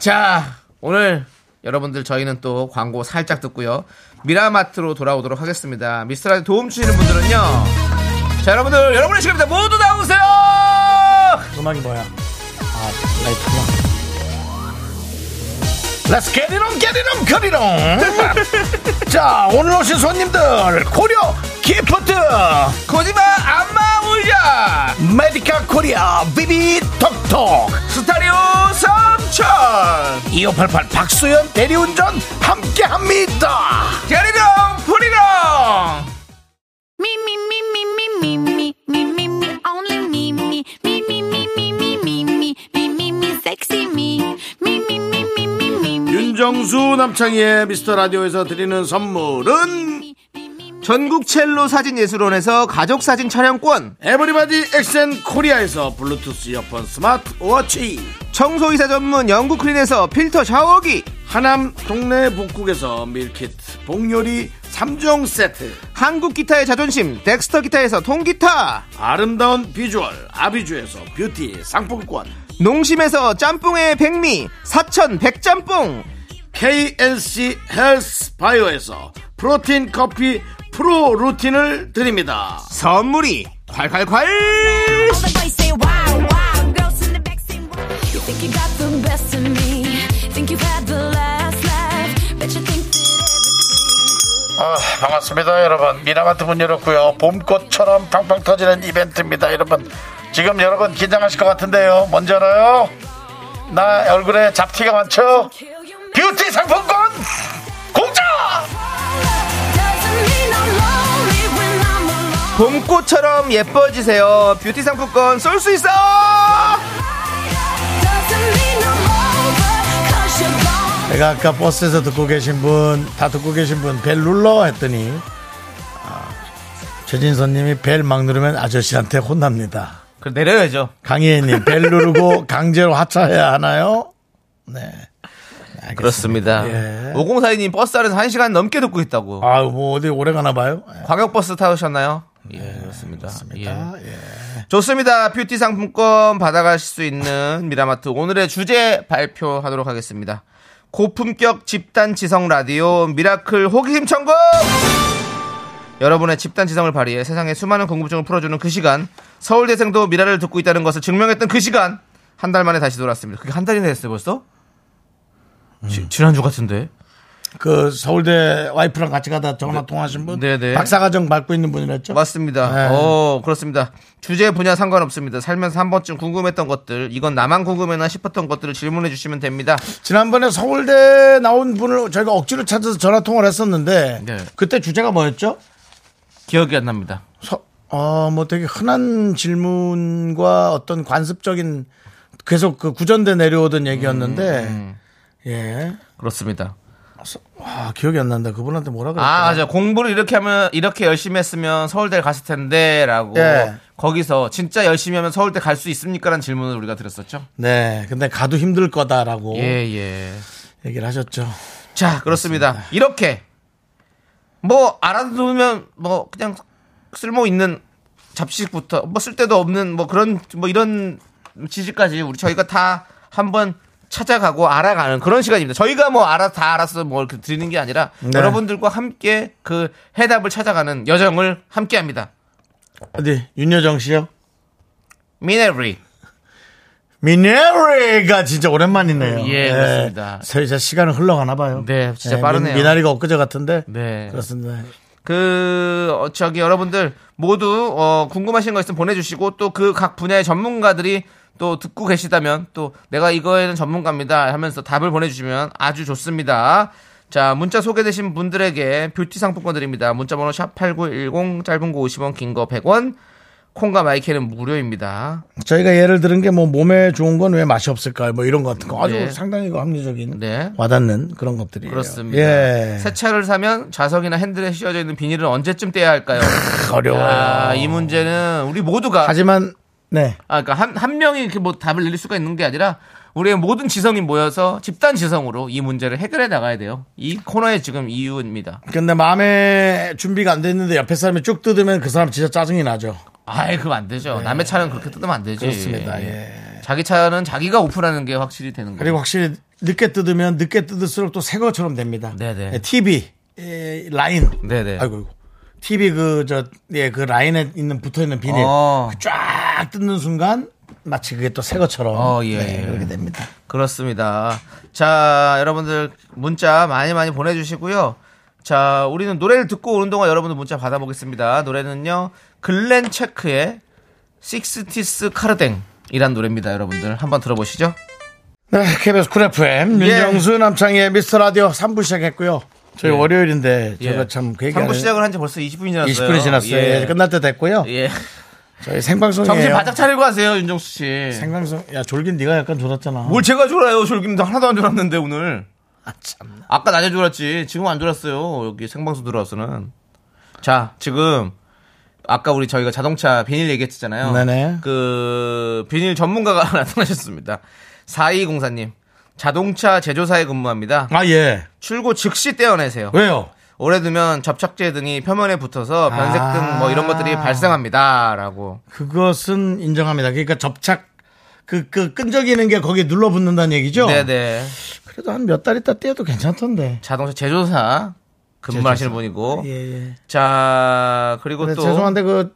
B: 자, 오늘 여러분들 저희는 또 광고 살짝 듣고요. 미라마트로 돌아오도록 하겠습니다. 미스터 라디오 도움 주시는 분들은요. 자, 여러분들, 여러분의 시간입니다. 모두 나오세요!
A: 음악이 뭐야? 아, 라이트구나. Let's get it on, get it on, get it on. 자, 오늘 오신 손님들, 고려 기프트,
B: 코지마 안마 울자!
A: 메디카 코리아, 비비 톡톡,
B: 스타리오 삼천!
A: 2588 박수현 대리운전 함께 합니다.
B: 게리랑 프리랑!
F: Me, me, me, me, me, me, me, me, me, me, only me, me, me, me, me, me, me, me, me, me, me, me, sexy me, me, me, me, me, me, me, me,
A: 윤정수 남창희의 미스터 라디오에서 드리는 선물은
B: 전국 첼로 사진 예술원에서 가족 사진 촬영권,
A: 에브리바디 엑센 코리아에서 블루투스 이어폰 스마트 워치.
B: 청소 이사 전문 영국 클린에서 필터 샤워기,
A: 하남 동네 북국에서 밀키트 복요리 3종 세트
B: 한국 기타의 자존심 덱스터 기타에서 통기타,
A: 아름다운 비주얼 아비주에서 뷰티 상품권
B: 농심에서 짬뽕의 백미 사천 백짬뽕,
A: KNC 헬스 바이오에서 프로틴 커피 프로 루틴을 드립니다.
B: 선물이 콸콸콸!
F: All the boys say wow, wow. Girls in the back say wow. You think you got the best of me. Think you've had the last laugh. Bet you think that everything.
A: 아, 반갑습니다, 여러분. 미나 같은 분 열었고요. 봄꽃처럼 팡팡 터지는 이벤트입니다, 여러분. 지금 여러분 긴장하실 것 같은데요. 뭔지 알아요? 나 얼굴에 잡티가 많죠?
F: Kill your man.
A: 뷰티 상품권 공짜!
F: Doesn't mean I'm lonely when I'm alone.
B: 봄꽃처럼 예뻐지세요. 뷰티 상품권 쏠 수 있어!
F: Doesn't mean I'm over. Cause you're gone.
A: 내가 아까 버스에서 듣고 계신 분, 다 듣고 계신 분, 벨 눌러 했더니, 아, 최진선님이 벨 막 누르면 아저씨한테 혼납니다.
B: 그럼 내려야죠.
A: 강희애님, 벨 누르고 강제로 하차해야 하나요? 네. 알겠습니다.
B: 그렇습니다.
A: 예.
B: 5042님 버스 안에서 1시간 넘게 듣고 있다고.
A: 아유, 뭐 어디 오래 가나 봐요? 예.
B: 네. 광역버스 타셨나요? 예, 그렇습니다.
A: 그렇습니다. 예.
B: 예. 좋습니다. 뷰티 상품권 받아가실 수 있는 미라마트 오늘의 주제 발표하도록 하겠습니다. 고품격 집단 지성 라디오 미라클 호기심 천국! 여러분의 집단 지성을 발휘해 세상의 수많은 궁금증을 풀어주는 그 시간 서울대생도 미라를 듣고 있다는 것을 증명했던 그 시간 한 달 만에 다시 돌아왔습니다. 그게 한 달이나 됐어요 벌써? 지- 지난주 같은데
A: 그 서울대 와이프랑 같이 가다 전화 통화하신 분?
B: 네, 네.
A: 박사과정 밟고 있는 분이랬죠?
B: 맞습니다.
A: 네.
B: 어, 그렇습니다. 주제 분야 상관없습니다. 살면서 한 번쯤 궁금했던 것들, 이건 나만 궁금했나 싶었던 것들을 질문해 주시면 됩니다.
A: 지난번에 서울대 나온 분을 저희가 억지로 찾아서 전화 통화를 했었는데,
B: 네.
A: 그때 주제가 뭐였죠?
B: 기억이 안 납니다.
A: 서- 어, 뭐 되게 흔한 질문과 어떤 관습적인 계속 그 구전돼 내려오던
B: 음,
A: 얘기였는데, 예.
B: 그렇습니다.
A: 와, 기억이 안 난다. 그분한테 뭐라 그랬죠?
B: 아, 맞아. 공부를 이렇게 하면 이렇게 열심히 했으면 서울대 갔을 텐데라고
A: 예.
B: 거기서 진짜 열심히 하면 서울대 갈 수 있습니까라는 질문을 우리가 드렸었죠.
A: 네. 근데 가도 힘들 거다라고
B: 예, 예.
A: 얘기를 하셨죠.
B: 자, 그렇습니다. 이렇게 뭐 알아두면 뭐 그냥 쓸모 있는 잡식부터 뭐 쓸데도 없는 뭐 그런 뭐 이런 지식까지 우리 저희가 다 한번 찾아가고 알아가는 그런 시간입니다. 저희가 뭐 알아 다 알아서 뭘 이렇게 드리는 게 아니라
A: 네.
B: 여러분들과 함께 그 해답을 찾아가는 여정을 함께합니다.
A: 어디, 윤여정 씨요?
B: 미네리
A: 미네리가 진짜 오랜만이네요.
B: 예, 그렇습니다.
A: 서이자 시간은 흘러가나 봐요.
B: 네, 진짜
A: 예,
B: 빠르네요.
A: 미, 미나리가 엊그제 같은데.
B: 네.
A: 그렇습니다.
B: 그, 어, 저기, 여러분들, 모두, 어, 궁금하신 거 있으면 보내주시고, 또 그 각 분야의 전문가들이 또 듣고 계시다면, 또 내가 이거에는 전문가입니다 하면서 답을 보내주시면 아주 좋습니다. 자, 문자 소개되신 분들에게 뷰티 상품권 드립니다. 문자번호 샵8910, 짧은 거 50원, 긴 거 100원, 콩과 마이크는 무료입니다.
A: 저희가 예를 들은 게 뭐 몸에 좋은 건 왜 맛이 없을까요? 뭐 이런 것 같은 거 아주
B: 네.
A: 상당히 그 합리적인
B: 네.
A: 와닿는 그런 것들이에요.
B: 그렇습니다.
A: 예.
B: 새 차를 사면 좌석이나 핸들에 씌워져 있는 비닐은 언제쯤 떼야 할까요?
A: 어려워요.
B: 아, 이 문제는 우리 모두가
A: 하지만 네.
B: 아, 그러니까 한, 한 명이 이렇게 뭐 답을 내릴 수가 있는 게 아니라 우리의 모든 지성이 모여서 집단 지성으로 이 문제를 해결해 나가야 돼요. 이 코너의 지금 이유입니다.
A: 근데 마음에 준비가 안 됐는데 옆에 사람이 쭉 뜯으면 그 사람 진짜 짜증이 나죠.
B: 아이, 그럼 안 되죠. 남의 차는 그렇게 뜯으면 안 되지.
A: 네. 그렇습니다. 예.
B: 자기 차는 자기가 오픈하는 게 확실히 되는 거예요.
A: 그리고 확실히 늦게 뜯으면 늦게 뜯을수록 또 새 것처럼 됩니다.
B: 네네.
A: 예, TV 예, 라인.
B: 네네.
A: 아이고 아이고. TV 그저예그 라인에 있는 붙어 있는 비닐
B: 어.
A: 그쫙 뜯는 순간 마치 그게 또 새 것처럼
B: 어, 예,
A: 네,
B: 예.
A: 그렇게 됩니다.
B: 그렇습니다. 자, 여러분들 문자 많이 많이 보내주시고요. 자, 우리는 노래를 듣고 오는 동안 여러분들 문자 받아보겠습니다. 노래는요, 글렌 체크의 식스티스 카르댕이란 노래입니다. 여러분들 한번 들어보시죠.
A: 네, KBS 쿨 FM
B: 예.
A: 윤정수 남창희의 미스터 라디오 3부 시작했고요. 저희
B: 예.
A: 월요일인데 제가 참 그 얘기
B: 3부 시작을 한 지 벌써 20분이 지났어요.
A: 20분이 지났어요. 예, 끝날 때 됐고요.
B: 예.
A: 저희 생방송이에요.
B: 정신 바짝 차리고 하세요, 윤정수 씨.
A: 생방송. 야 졸긴 네가 약간 졸았잖아.
B: 뭘 제가 졸아요. 졸김도 하나도 안 졸았는데, 오늘.
A: 아, 참.
B: 아까 낮에 졸았지. 지금 안 졸았어요. 여기 생방송 들어와서는. 자, 지금. 아까 우리 저희가 자동차 비닐 얘기했잖아요.
A: 네네.
B: 그, 비닐 전문가가 나타나셨습니다. 4204님. 자동차 제조사에 근무합니다.
A: 아 예.
B: 출고 즉시 떼어내세요.
A: 왜요?
B: 오래 두면 접착제 등이 표면에 붙어서 변색 등 뭐 이런
A: 아.
B: 것들이 발생합니다라고.
A: 그것은 인정합니다. 그러니까 접착 그, 그 끈적이는 게 거기에 눌러붙는다는 얘기죠.
B: 네, 네네.
A: 그래도 한 몇 달 있다 떼어도 괜찮던데.
B: 자동차 제조사 근무하시는 분이고.
A: 예, 예.
B: 자, 그리고
A: 근데
B: 또
A: 죄송한데 그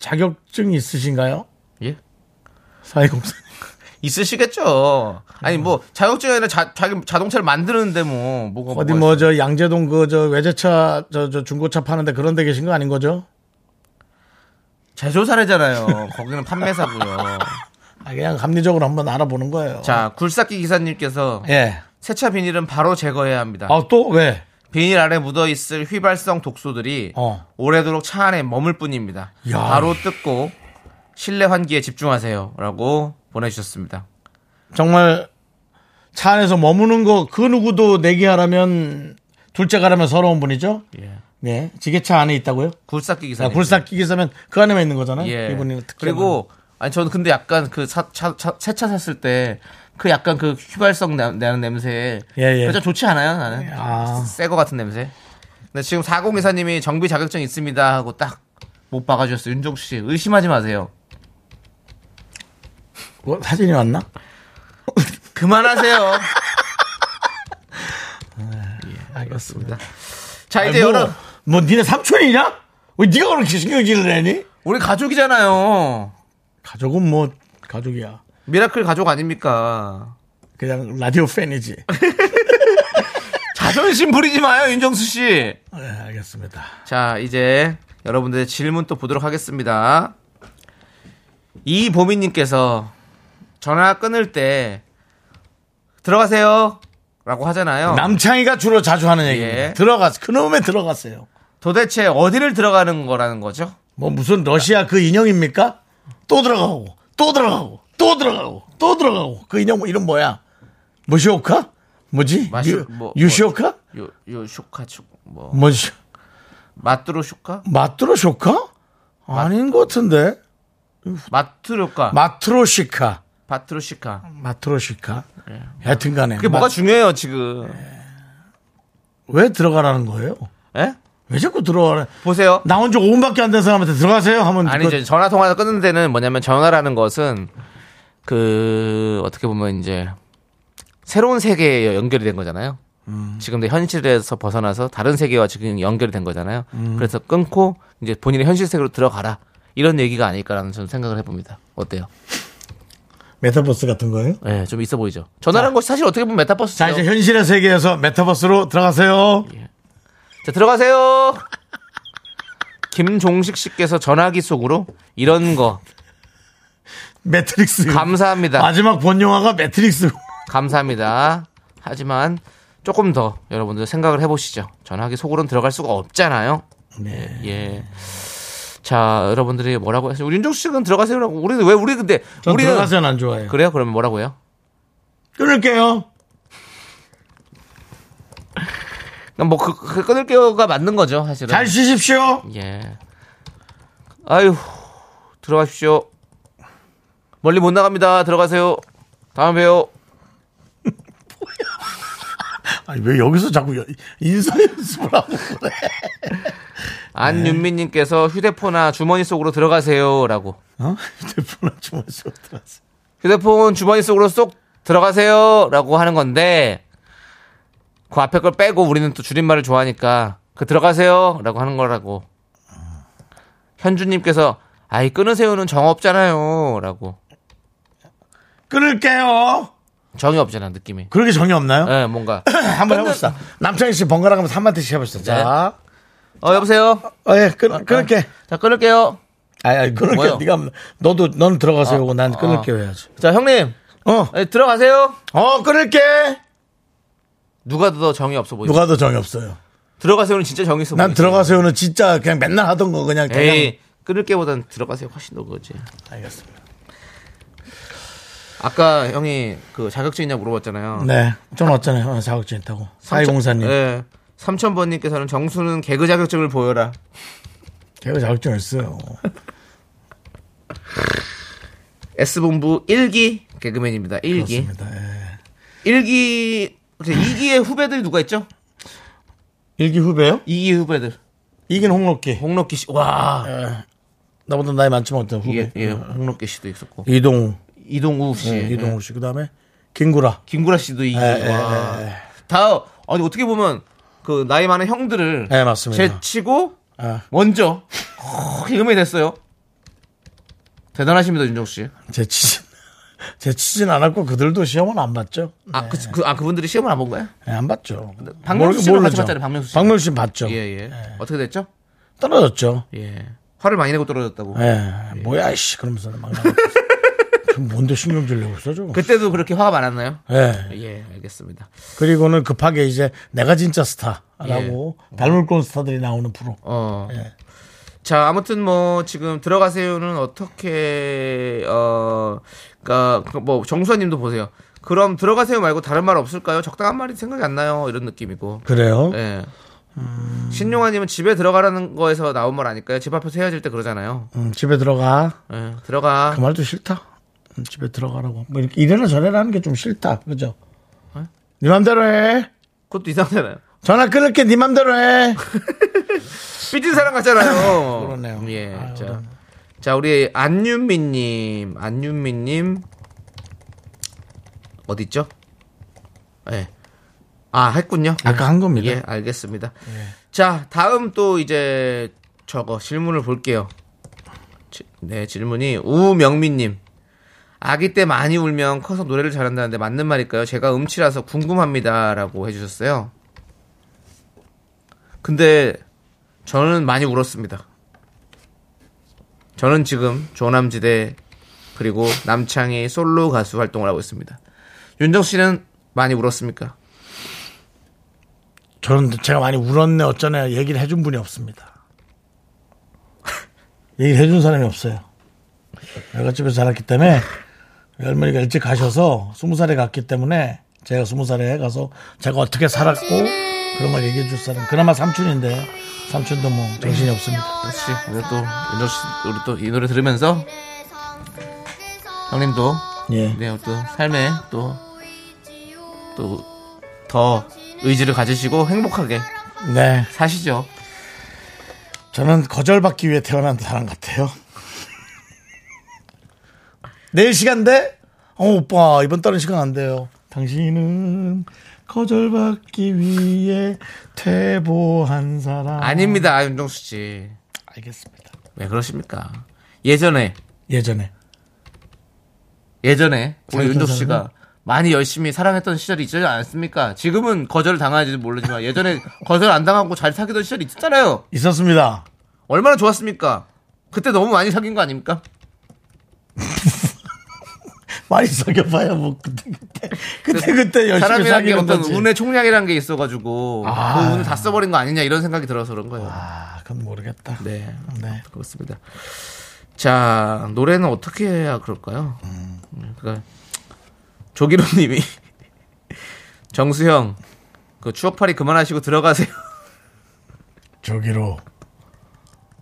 A: 자격증 있으신가요?
B: 예?
A: 사회공사.
B: 있으시겠죠. 아니 뭐 자격증이 아니라 자, 자기 자동차를 만드는데 뭐 뭐가
A: 어디
B: 뭐가
A: 뭐
B: 있어요.
A: 저 양재동 그 저 외제차 저 저 중고차 파는데 그런 데 계신 거 아닌 거죠?
B: 제조사래잖아요. 거기는 판매사고요.
A: 아 그냥 합리적으로 한번 알아보는 거예요.
B: 자, 굴삭기 기사님께서
A: 예.
B: 세차 비닐은 바로 제거해야 합니다.
A: 아 또 왜?
B: 비닐 아래 묻어 있을 휘발성 독소들이
A: 어.
B: 오래도록 차 안에 머물 뿐입니다.
A: 야.
B: 바로 뜯고 실내 환기에 집중하세요라고 보내주셨습니다.
A: 정말 차 안에서 머무는 거 그 누구도 내기하라면 둘째 가라면 서러운 분이죠?
B: 예.
A: 네. 지게차 안에 있다고요?
B: 굴삭기
A: 자,
B: 기사님.
A: 어, 굴삭기 기사면 그 안에만 있는 거잖아요.
B: 네. 예.
A: 이분이 특
B: 그리고 아니 저는 근데 약간 그 차, 차, 차, 새차 샀을 때 그 약간 그 휘발성 나, 는 냄새
A: 예, 예.
B: 그래서 좋지 않아요 나는
A: 아.
B: 새거 같은 냄새 근데 지금 4024님이 정비 자격증 있습니다 하고 딱 못 박아주셨어요 윤종수 씨 의심하지 마세요
A: 뭐, 사진이 왔나?
B: 그만하세요
A: 알겠습니다.
B: 자 이제
A: 뭐,
B: 여러분
A: 뭐 니네 삼촌이냐? 왜 니가 그렇게 신경질을 내니?
B: 우리 가족이잖아요
A: 가족은 뭐 가족이야.
B: 미라클 가족 아닙니까
A: 그냥 라디오 팬이지.
B: 자존심 부리지 마요 윤종수 씨
A: 네, 알겠습니다.
B: 자, 이제 여러분들의 질문 또 보도록 하겠습니다. 이보미님께서 전화 끊을 때 들어가세요 라고 하잖아요.
A: 남창희가 주로 자주 하는
B: 예.
A: 얘기입니다. 들어갔어. 그놈에 들어갔어요.
B: 도대체 어디를 들어가는 거라는 거죠?
A: 뭐 무슨 러시아 그 인형입니까? 또 들어가고 또 들어가고 또 들어가고 또 들어가고 그 인형 뭐 이름 뭐야? 무시오카? 뭐지?
B: 마시-
A: 유,
B: 뭐-
A: 유시오카?
B: 요, 요, 슈카, 슈, 뭐,
A: 뭐지?
B: 마뚜로 슈카?
A: 마트로쇼카? 아닌 것 같은데.
B: 마뚜로카?
A: 마트로시카.
B: 바트로시카?
A: 마트로시카. 하여튼간에
B: 예. 그게
A: 마-
B: 뭐가 중요해요, 지금.
A: 왜 들어가라는 거예요?
B: 예?
A: 왜 자꾸 들어가라?
B: 보세요.
A: 나온 지 5분밖에 안 된 사람한테 들어가세요 하면
B: 아니
A: 그거-
B: 이제 전화 통화 끊는 데는 뭐냐면 전화라는 것은 그 어떻게 보면 이제 새로운 세계에 연결이 된 거잖아요.
A: 음.
B: 지금도 현실에서 벗어나서 다른 세계와 지금 연결이 된 거잖아요.
A: 음.
B: 그래서 끊고 이제 본인의 현실 세계로 들어가라 이런 얘기가 아닐까라는 저는 생각을 해봅니다. 어때요?
A: 메타버스 같은 거예요?
B: 예, 좀 있어 보이죠. 전화라는 것이 사실 어떻게 보면 메타버스죠.
A: 자 이제 현실의 세계에서 메타버스로 들어가세요.
B: 예. 자, 들어가세요. 김종식 씨께서 전화기 속으로 이런 거
A: 매트릭스.
B: 감사합니다.
A: 마지막 본 영화가 매트릭스.
B: 감사합니다. 하지만 조금 더 여러분들 생각을 해보시죠. 전화기 속으로는 들어갈 수가 없잖아요.
A: 네.
B: 예. 자, 여러분들이 뭐라고 하세요? 우리 윤종수 씨는 들어가세요라고. 우리는 왜 우리 근데
A: 전
B: 우리는
A: 들어가서는 안 좋아해요.
B: 그래요? 그러면 뭐라고요?
A: 끊을게요.
B: 뭐그 그 끊을게요가 맞는 거죠, 사실은.
A: 잘 쉬십시오.
B: 예. 아유, 들어가십시오. 멀리 못 나갑니다. 들어가세요. 다음에 봬요.
A: 아니 왜 여기서 자꾸 여- 인사 연습을 하고 그래?
B: 안윤민님께서 휴대폰이나 아 주머니 속으로 들어가세요라고.
A: 어? 휴대폰 한 주머니 속 들어가세요.
B: 휴대폰 주머니 속으로 쏙 들어가세요 라고 하는 건데 그 앞에 걸 빼고 우리는 또 줄임말을 좋아하니까 그 들어가세요 라고 하는 거라고 현주님께서 아이 끊으세요는 정 없잖아요 라고
A: 끊을게요.
B: 정이 없잖아 느낌이
A: 그렇게 정이 없나요?
B: 예 뭔가
A: 한번
B: 끊는-
A: 해봅시다. 남창희 씨 번갈아 가면서 한마디씩 해봅시다. 자,
B: 어 여보세요
A: 어, 예, 끊, 끊을게.
B: 자 끊을게요
A: 아, 아 끊을게.
B: 뭐요?
A: 네가 하면- 너도 넌 들어가세요고 난 끊을게 요 해야지.
B: 자 형님
A: 어,
B: 예, 들어가세요
A: 어, 끊을게.
B: 누가 더 정이 없어 보이죠
A: 누가 더 정이 없어요.
B: 들어가세요는 진짜 정이 있어
A: 난
B: 보이죠?
A: 들어가세요는 진짜 그냥 맨날 하던 거 그냥 그냥
B: 에이 끊을게보단 들어가세요 훨씬 더 그거지
A: 알겠습니다.
B: 아까 형이 그 자격증 있냐 물어봤잖아요
A: 네, 저는 어쩌네요. 어, 자격증 있다고. 사회공사님.
B: 예. 3000번님께서는 정수는 개그 자격증을 보여라.
A: 제가 자격증 있어요.
B: S본부 1기 개그맨입니다. 1기.
A: 그렇습니다. 예.
B: 1기, 2기의 후배들이 누가 있죠?
A: 일기 후배요?
B: 2기 후배들.
A: 이긴 홍록기. 예.
B: 홍록기 씨, 와.
A: 나보다 나이 많지만 어떤 후배.
B: 예, 예, 홍록기 씨도 있었고.
A: 이동우.
B: 이동우 씨.
A: 예, 이동우 씨. 그 다음에 김구라.
B: 김구라 씨도 2기.
A: 예,
B: 와. 다, 아니, 어떻게 보면 그 나이 많은 형들을
A: 네, 맞습니다.
B: 제치고
A: 아.
B: 먼저 확 이금이 됐어요. 대단하십니다 윤정 씨.
A: 제치진 제치진 않았고 그들도 시험은 안 봤죠.
B: 아, 그, 그, 아 그분들이 시험을 안 본 거예요?
A: 네, 안 봤죠.
B: 박명수 씨랑 같이
A: 모르죠.
B: 봤잖아요, 박명수 씨.
A: 박명수 씨 봤죠.
B: 예, 예.
A: 네.
B: 어떻게 됐죠?
A: 떨어졌죠.
B: 예. 아, 화를 많이 내고 떨어졌다고.
A: 예. 뭐야 이씨 그러면서 막 나가고 그 뭔데 신경질 내고 있어 저거.
B: 그때도 그렇게 화가 많았나요?
A: 예.
B: 예, 알겠습니다.
A: 그리고는 급하게 이제 내가 진짜 스타라고
B: 예.
A: 닮을 꼰 스타들이 나오는 프로.
B: 어.
A: 예.
B: 자, 아무튼 뭐 지금 들어가세요는 어떻게 어 그러니까 그뭐 정수아 님도 보세요. 그럼 들어가세요 말고 다른 말 없을까요? 적당한 말이 생각이 안 나요. 이런 느낌이고.
A: 그래요?
B: 예. 신용아 님은 집에 들어가라는 거에서 나온 말 아닐까요? 집 앞에서 헤어질 때 그러잖아요.
A: 음, 집에 들어가.
B: 예. 들어가.
A: 그 말도 싫다. 음, 집에 들어가라고. 뭐 이렇게 이래라 저래라 하는 게 좀 싫다. 그죠?
B: 예?
A: 네 맘대로 해.
B: 그것도 이상하잖아요.
A: 전화 끊을게 네 맘대로 해.
B: 삐진 사람 같잖아요.
A: 그러네요.
B: 예.
A: 아유,
B: 자. 자, 우리 안윤민 님. 안윤민 님. 어디 있죠? 예. 아, 했군요.
A: 아까 한 겁니다.
B: 예, 알겠습니다. 자, 다음 또 이제 저거 질문을 볼게요. 지- 네, 질문이 우명민 님. 아기 때 많이 울면 커서 노래를 잘한다는데 맞는 말일까요? 제가 음치라서 궁금합니다라고 해 주셨어요. 근데 저는 많이 울었습니다. 저는 지금 조남지대 그리고 남창희 솔로 가수 활동을 하고 있습니다. 윤정 씨는 많이 울었습니까?
A: 저는 제가 많이 울었네 어쩌네 얘기를 해준 분이 없습니다. 얘기를 해준 사람이 없어요. 내가 집에서 자랐기 때문에 우리 할머니가 일찍 가셔서 스무 살에 갔기 때문에 제가 스무 살에 가서 제가 어떻게 살았고 그런 걸 얘기해 줄 사람 그나마 삼촌인데 삼촌도 뭐 정신이 없습니다.
B: 역시 오늘 또 윤정 씨 우리 또 이 노래 들으면서 형님도
A: 예.
B: 네, 또 삶에 또 또 더 의지를 가지시고 행복하게
A: 네.
B: 사시죠.
A: 저는 거절받기 위해 태어난 사람 같아요. 내일 시간 돼? 어, 오빠, 이번 달은 시간 안 돼요. 당신은 거절받기 위해 퇴보한 사람.
B: 아닙니다, 윤정수 씨.
A: 알겠습니다.
B: 왜 그러십니까? 예전에
A: 예전에.
B: 예전에 우리
A: 사귀던
B: 윤정 씨가
A: 사람은?
B: 많이 열심히 사랑했던 시절이 있지 않습니까? 지금은 거절을 당하는지 모르지만 예전에 거절 안 당하고 잘 사귀던 시절이 있었잖아요.
A: 있었습니다.
B: 얼마나 좋았습니까? 그때 너무 많이 사귄 거 아닙니까?
A: 많이 사겨봐야 뭐, 그때, 그때. 그때, 그때 열심히
B: 사람이라는 게
A: 사귀는
B: 어떤
A: 거지.
B: 운의 총량이라는 게 있어가지고 그 운을 다 써버린 거 아니냐 이런 생각이 들어서 그런 거예요.
A: 아, 그건 모르겠다.
B: 네,
A: 네.
B: 그렇습니다. 자 노래는 어떻게 해야 그럴까요?
A: 음.
B: 그러니까 조기로님이 정수형 그 추억팔이 그만하시고 들어가세요.
A: 저기로.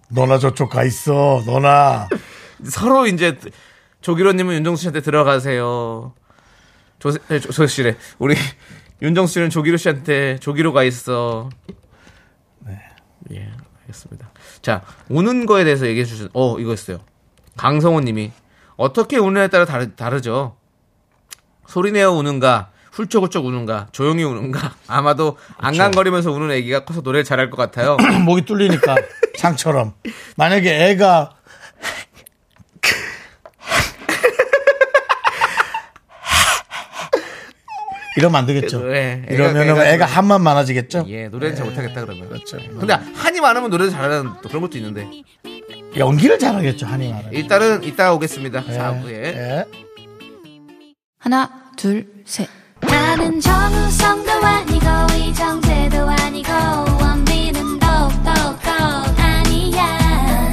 A: 너나 저쪽 가 있어. 너나.
B: 서로 이제 조기로님은 윤정수 씨한테 들어가세요. 조세, 에, 조, 조 씨래. 우리 윤정수 씨는 조기로 씨한테 조기로가 있어. 네. 예, 알겠습니다. 자, 우는 거에 대해서 얘기해 주신, 어, 이거 있어요. 강성호 님이 어떻게 우느냐에 따라 다르, 다르죠. 소리내어 우는가, 훌쩍훌쩍 우는가, 조용히 우는가. 아마도 안간거리면서 우는 애기가 커서 노래를 잘할 것 같아요.
A: 목이 뚫리니까 창처럼 만약에 애가 이러면 안 되겠죠.
B: 네, 애가-
A: 이러면
B: 애가-
A: 애가, 한만 많아지겠죠.
B: 예, 노래는 잘 못하겠다 그러면.
A: 그렇죠.
B: 근데 한이 많으면 노래를 잘하는 또 그런 것도 있는데.
A: 연기를 잘하겠죠. 한이 많아.
B: 일단은 이따 오겠습니다.
A: 네.
B: 4부에.
A: 예.
I: 하나, 둘, 셋.
F: 나는 정우성도 아니고 이정재도 아니고 원빈은 더욱더 아니야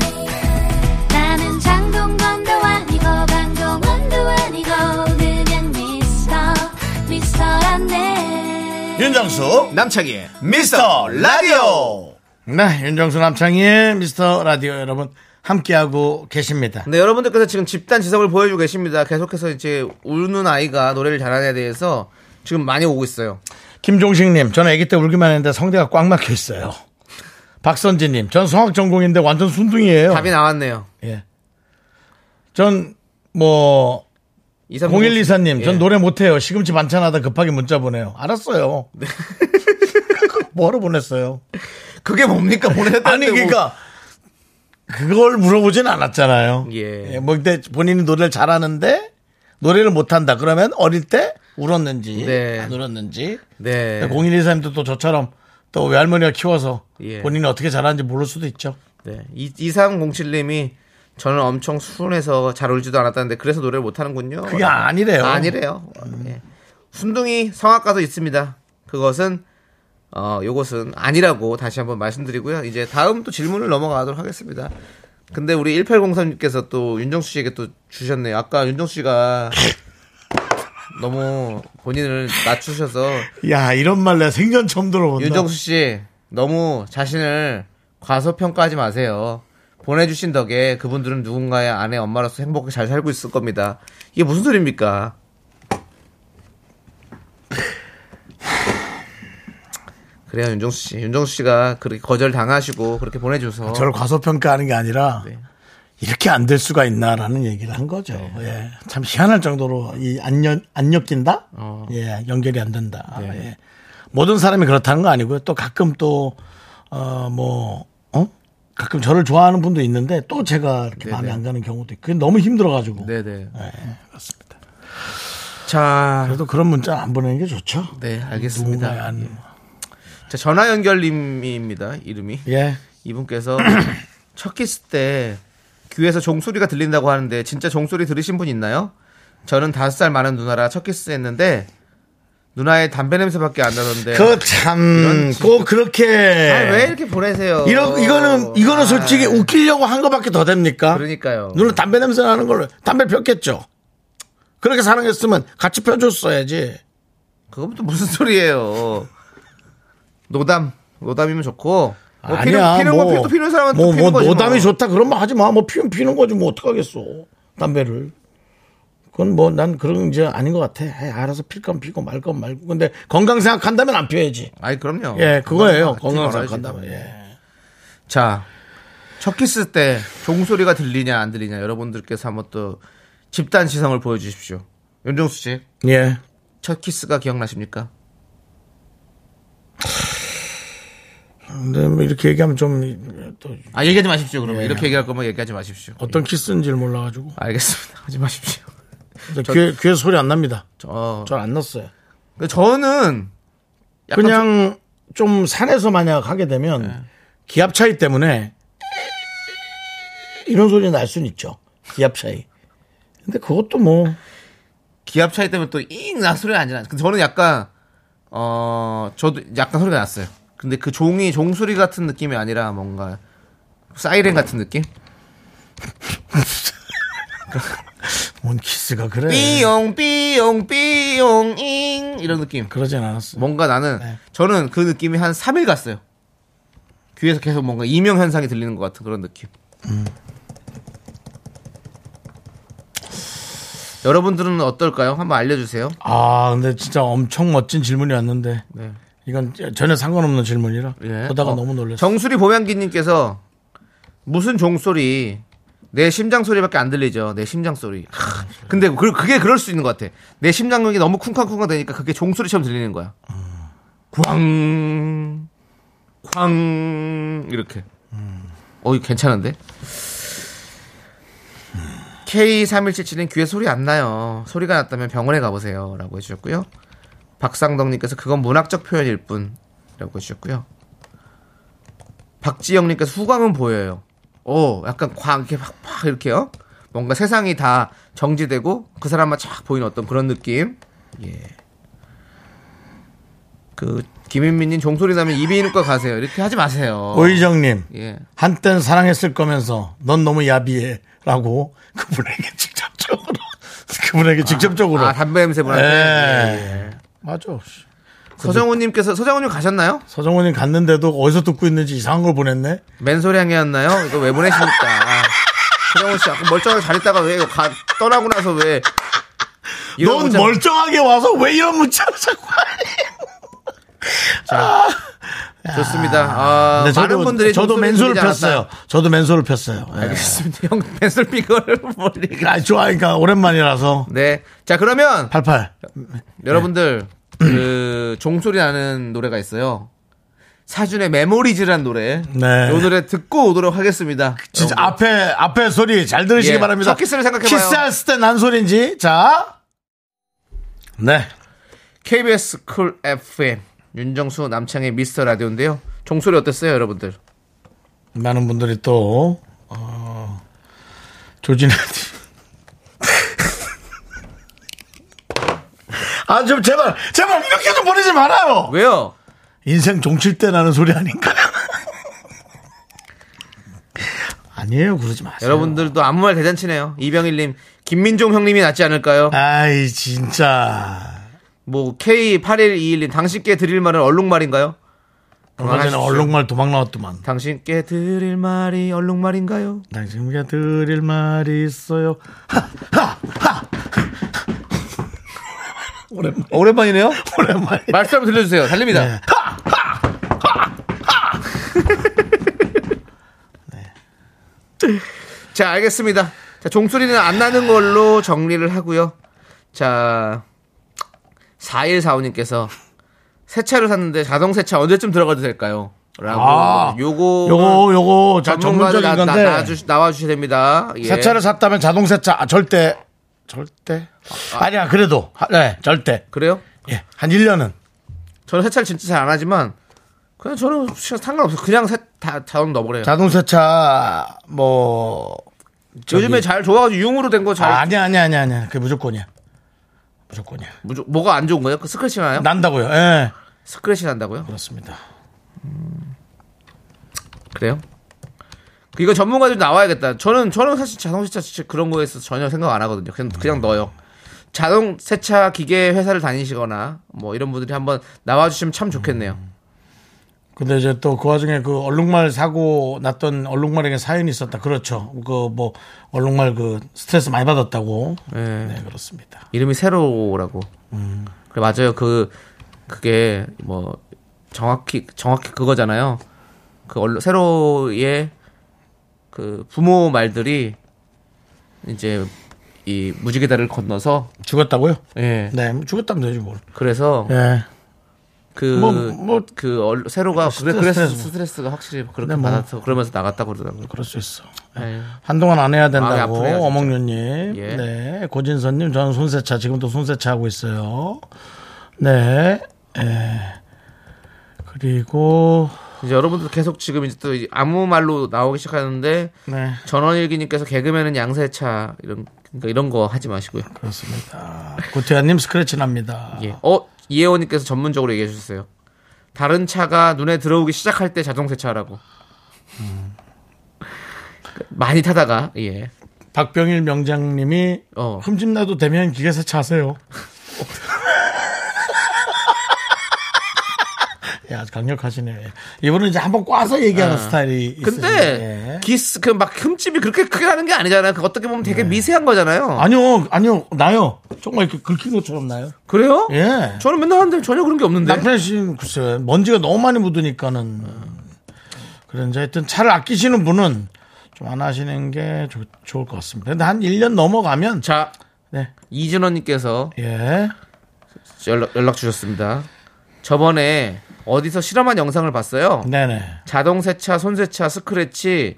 F: 나는 장동건도 아니고 강동원도 아니고 그냥 미스터 미스터란데
A: 윤정수
B: 남창희의
A: 미스터 라디오. 네, 윤정수 남창희의 미스터 라디오 여러분 함께하고 계십니다.
B: 네, 여러분들께서 지금 집단 지성을 보여주고 계십니다. 계속해서 이제 우는 아이가 노래를 잘하는 데 대해서 지금 많이 오고 있어요.
A: 김종식님, 저는 아기 때 울기만 했는데 성대가 꽉 막혀 있어요. 박선지님, 전 성악 전공인데 완전 순둥이에요.
B: 답이 나왔네요.
A: 예. 전, 뭐,
B: 2360.
A: 0124님, 전
B: 예. 네.
A: 노래 못해요. 시금치 반찬하다 급하게 문자 보내요. 알았어요. 뭐하러 보냈어요?
B: 그게 뭡니까? 뭐. 보내다
A: 아니 그러니까 그걸 물어보진 않았잖아요.
B: 예.
A: 뭐 근데 본인이 노래를 잘하는데 노래를 못한다 그러면 어릴 때 울었는지
B: 네.
A: 안 울었는지
B: 네.
A: 공인이사님도 또 저처럼 또 외할머니가 키워서
B: 예.
A: 본인이 어떻게 잘하는지 모를 수도 있죠.
B: 네. 2307님이 저는 엄청 순해서 잘 울지도 않았다는데 그래서 노래를 못하는군요.
A: 그게 아니래요.
B: 어,
A: 음.
B: 아니래요. 예. 순둥이 성악가도 있습니다. 그것은 어 요것은 아니라고 다시 한번 말씀드리고요. 이제 다음 또 질문을 넘어가도록 하겠습니다. 근데 우리 1803님께서 또 윤정수 씨에게 또 주셨네요. 아까 윤정수 씨가 너무 본인을 낮추셔서
A: 야 이런 말 내가 생전 처음 들어본다.
B: 윤정수 씨 너무 자신을 과소평가하지 마세요. 보내주신 덕에 그분들은 누군가의 아내 엄마로서 행복하게 잘 살고 있을 겁니다. 이게 무슨 소리입니까? 그래요 윤정수 씨. 윤정수 씨가 그렇게 거절 당하시고 그렇게 보내줘서
A: 어. 아, 저를 과소평가하는 게 아니라
B: 네.
A: 이렇게 안 될 수가 있나라는 얘기를 한 거죠. 예. 참 희한할 정도로 이안 안 엮인다?
B: 어. 네.
A: 예, 연결이 안 된다. 예. 모든 사람이 그렇다는 거 아니고요. 또 가끔 또, 어, 뭐, 어? 가끔 저를 좋아하는 분도 있는데 또 제가 이렇게 마음에 안 가는 경우도 있고 그게 너무 힘들어가지고.
B: 네, 네네.
A: 예, 그렇습니다.
B: 자,
A: 그래도 그런 문자 안 보내는 게 좋죠.
B: 네
A: 누군가의
B: 알겠습니다.
A: 안-
B: 자, 전화 연결님입니다. 이름이.
A: 예.
B: 이분께서 첫 키스 때 귀에서 종소리가 들린다고 하는데 진짜 종소리 들으신 분 있나요? 저는 다섯 살 많은 누나라 첫 키스 했는데 누나의 담배 냄새밖에 안 나던데
A: 그, 참, 꼭 그렇게.
B: 네. 아니, 왜 이렇게 보내세요?
A: 이런 이거는 이거는 솔직히
B: 아,
A: 웃기려고 한 거밖에 더 됩니까?
B: 그러니까요.
A: 눈을 담배 냄새 나는 걸로 담배 폈겠죠. 그렇게 사랑했으면 같이 펴줬어야지.
B: 그것도 무슨 소리예요? 노담 노담이면 좋고 뭐 피는, 피는 건 피- 또 피는 사람은
A: 뭐,
B: 또 피는
A: 뭐
B: 거지
A: 노담이
B: 뭐.
A: 좋다 그런 말 하지 마. 뭐 피면 피는 거지 뭐 어떡하겠어. 담배를. 그건 뭐 난 그런 이제 아닌 것 같아. 에이, 알아서 필 건 피고 말 건 말고. 근데 건강 생각한다면 안 피워야지.
B: 아니 그럼요.
A: 예, 그거예요.
B: 어, 그건
A: 건강
B: 말하지.
A: 생각한다면. 예.
B: 자, 첫 키스 때 종소리가 들리냐 안 들리냐 여러분들께서 한번 또 집단 시성을 보여주십시오. 윤정수 씨,
A: 예.
B: 첫 키스가 기억나십니까?
A: 근데 뭐 이렇게 얘기하면 좀 또
B: 아 얘기하지 마십시오. 그러면 이렇게 얘기할 거면 얘기하지 마십시오. 예.
A: 어떤 키스인지를 몰라가지고
B: 알겠습니다. 하지 마십시오.
A: 귀에, 귀에 소리 안 납니다.
B: 저
A: 전 안 났어요.
B: 근데 저는 약간 네.
A: 그냥 좀 산에서 만약 하게 되면 기압 차이 때문에 이런 소리 날 수는 있죠. 기압 차이. 근데 그것도 뭐
B: 기압 차이 때문에 또잉나 소리가 안 나요. 근데 저는 약간 어 저도 약간 소리가 났어요. 근데 그 종이 종소리 같은 느낌이 아니라 뭔가 사이렌 같은 느낌?
A: 뭔 키스가 그래.
B: 네. 삐용 삐용 삐용 잉 이런 느낌.
A: 그러진 않았어.
B: 네. 뭔가 나는 저는 그 느낌이 한 3일 갔어요. 귀에서 계속 뭔가 이명 현상이 들리는 것 같은 그런 느낌. 여러분들은 어떨까요? 한번 알려주세요.
A: 아 근데 진짜 엄청 멋진 질문이 왔는데
B: 네.
A: 이건 전혀 상관없는 질문이라
B: 예.
A: 보다가
B: 어,
A: 너무 놀랐어.
B: 정수리 보양기님께서 무슨 종소리 내 심장 소리밖에 안 들리죠. 내 심장 소리. 하, 근데 그, 그게 그럴 수 있는 것 같아. 내 심장력이 너무 쿵쾅쿵쾅 되니까 그게 종소리처럼 들리는 거야.
A: 음.
B: 쾅, 쾅 이렇게. 어, 이거 괜찮은데? K3177은 귀에 소리 안 나요. 소리가 났다면 병원에 가보세요. 라고 해주셨고요. 박상덕님께서 그건 문학적 표현일 뿐. 라고 해주셨고요. 박지영님께서 후광은 보여요. 오, 약간 광, 이렇게 팍, 팍, 이렇게요. 뭔가 세상이 다 정지되고 그 사람만 쫙 보이는 어떤 그런 느낌. 예. 그, 김인민님 종소리 나면 이비인후과 가세요. 이렇게 하지 마세요.
A: 오희정님
B: 예.
A: 어. 한땐 사랑했을 거면서 넌 너무 야비해라고 그분에게 직접적으로 그분에게 직접적으로
B: 아, 담배 냄새 보라.
A: 예. 맞아.
B: 서정훈님께서 서정훈님 가셨나요?
A: 서정훈이 갔는데도 어디서 듣고 있는지 이상한 걸 보냈네.
B: 맨소리 향이었나요? 이거 왜 보내십니까? 아, 서정훈 씨 아까 멀쩡하게 잘했다가 왜 이거 가, 떠나고 나서 왜? 이런
A: 넌
B: 문자-
A: 멀쩡하게 와서 왜 이런 문자를 자꾸 하니? 아,
B: 좋습니다. 아,
A: 근데
B: 어, 많은 분들이
A: 저도
B: 종소리
A: 맨솔을
B: 들리지 않았다.
A: 폈어요. 저도 맨솔을 폈어요. 예.
B: 알겠습니다. 형 맨솔 삐거를 멀리.
A: 아, 좋아하니까 오랜만이라서.
B: 네. 자 그러면
A: 88. 네.
B: 여러분들 그 종소리 나는 노래가 있어요. 사준의 메모리즈란 노래.
A: 네.
B: 이 노래 듣고 오도록 하겠습니다.
A: 진짜
B: 여러분.
A: 앞에 앞에 소리 잘 들으시기
B: 어, 뭐. 예,
A: 바랍니다.
B: 첫 키스를 생각해봐요.
A: 키스했을 때 난 소리인지 자, 네,
B: KBS 쿨 FM 윤정수 남창의 미스터 라디오인데요. 종소리 어땠어요, 여러분들?
A: 많은 분들이 또 어, 조진아 아, 좀 제발 제발 이렇게 좀 보내지 말아요.
B: 왜요?
A: 인생 종칠 때 나는 소리 아닌가요? 아니에요, 그러지 마세요.
B: 여러분들도 아무 말 대잔치네요. 이병일님, 김민종 형님이 낫지 않을까요?
A: 아이 진짜.
B: 뭐 K8121님, 당신께 드릴 말은 얼룩말인가요?
A: 얼마 전에
B: 건강하십시오.
A: 얼룩말 도망 나왔더만.
B: 당신께 드릴 말이 얼룩말인가요?
A: 당신께 드릴 말이 있어요. 하하하. 오랜만.
B: 오랜만이네요.
A: 오랜만에.
B: 말씀 한번 들려주세요. 달립니다.
A: 네.
B: 자, 알겠습니다. 자, 종소리는 안 나는 걸로 정리를 하고요. 자, 4145님께서 새 차를 샀는데 자동 세차 언제쯤 들어가도 될까요? 라고
A: 아,
B: 요거
A: 요거 요거 자
B: 전문가들
A: 전문적인
B: 나,
A: 건데
B: 나, 와주, 나와주셔야 됩니다. 예.
A: 세차를 샀다면 자동 세차 아, 절대 절대 아니야 그래도 하- 네 절대
B: 그래요?
A: 예한 1년은
B: 저는 세차를 진짜 잘 안 하지만 그냥 저는 진짜 상관없어요. 그냥 세, 다 자동 넣어버려요.
A: 자동 세차 뭐 저기-
B: 요즘에 잘 좋아가지고 융으로 된 거 잘.
A: 아, 아니야 아니야 아니야 아니야 그게 무조건이야 무조건이야
B: 무조- 뭐가 안 좋은 거예요? 그 스크래치 나요?
A: 난다고요 예
B: 스크래치 난다고요?
A: 그렇습니다
B: 그래요? 이거 전문가들 나와야겠다. 저는 저는 사실 자동 세차 진짜 그런 거에서 전혀 생각 안 하거든요. 그냥 그냥 넣어요. 자동 세차 기계 회사를 다니시거나 뭐 이런 분들이 한번 나와 주시면 참 좋겠네요.
A: 근데 이제 또 그 와중에 그 얼룩말 사고 났던 얼룩말에게 사연이 있었다 그렇죠 그 뭐 얼룩말 그 스트레스 많이 받았다고
B: 예.
A: 네 그렇습니다
B: 이름이 새로라고. 그래 맞아요. 그 그게 뭐 정확히 정확히 그거잖아요. 그 얼로, 새로의 그 부모 말들이 이제 이 무지개다를 건너서
A: 죽었다고요
B: 예.
A: 네 죽었다면 되지 뭘
B: 그래서
A: 예.
B: 그,
A: 뭐, 뭐.
B: 그, 얼- 세로가, 그래,
A: 스트레스,
B: 그래서
A: 스트레스.
B: 스트레스가 확실히 그렇게
A: 근데 뭐. 그렇죠.
B: 받아서, 그러면서 나갔다고 그러더라고요. 네.
A: 그럴 수 있어
B: 에휴.
A: 한동안 안 해야 된다고
B: 아프네요, 진짜.
A: 어몽요님,
B: 예.
A: 네 고진선님, 저는 손세차 지금도 손세차 하고 있어요. 네, 예. 그리고
B: 이제 여러분들 계속 지금 이제 또 이제 아무 말로 나오기 시작하는데,
A: 네
B: 전원일기님께서 개그맨은 양세차, 이런, 그러니까 이런 거 하지 마시고요.
A: 그렇습니다. 구태환님 스크래치 납니다.
B: 예. 어, 이혜원님께서 전문적으로 얘기해 주셨어요. 다른 차가 눈에 들어오기 시작할 때 자동세차라고.
A: 음.
B: 많이 타다가, 예.
A: 박병일 명장님이
B: 어.
A: 흠집 나도 되면 기계세차 하세요. 예, 아주 강력하시네. 이분은 이제 한번 꽈서 얘기하는 스타일이 있으신데.
B: 아. 근데,
A: 예.
B: 기스, 그 막 흠집이 그렇게 크게 나는 게 아니잖아요. 그 어떻게 보면 되게 미세한 거잖아요.
A: 네. 어. 아니요, 아니요, 나요. 정말 이렇게 긁힌 것처럼 나요.
B: 그래요?
A: 예.
B: 저는 맨날 하는데 전혀 그런 게 없는데.
A: 남편이 지금 글쎄 먼지가 너무 많이 묻으니까는 그런지 하여튼 차를 아끼시는 분은 좀 안 하시는 게 좋- 좋을 것 같습니다. 근데 한 1년 넘어가면
B: 자,
A: 네.
B: 이진원님께서
A: 예.
B: 연락, 연락 주셨습니다. 저번에 어디서 실험한 영상을 봤어요.
A: 네, 네.
B: 자동 세차, 손 세차, 스크래치,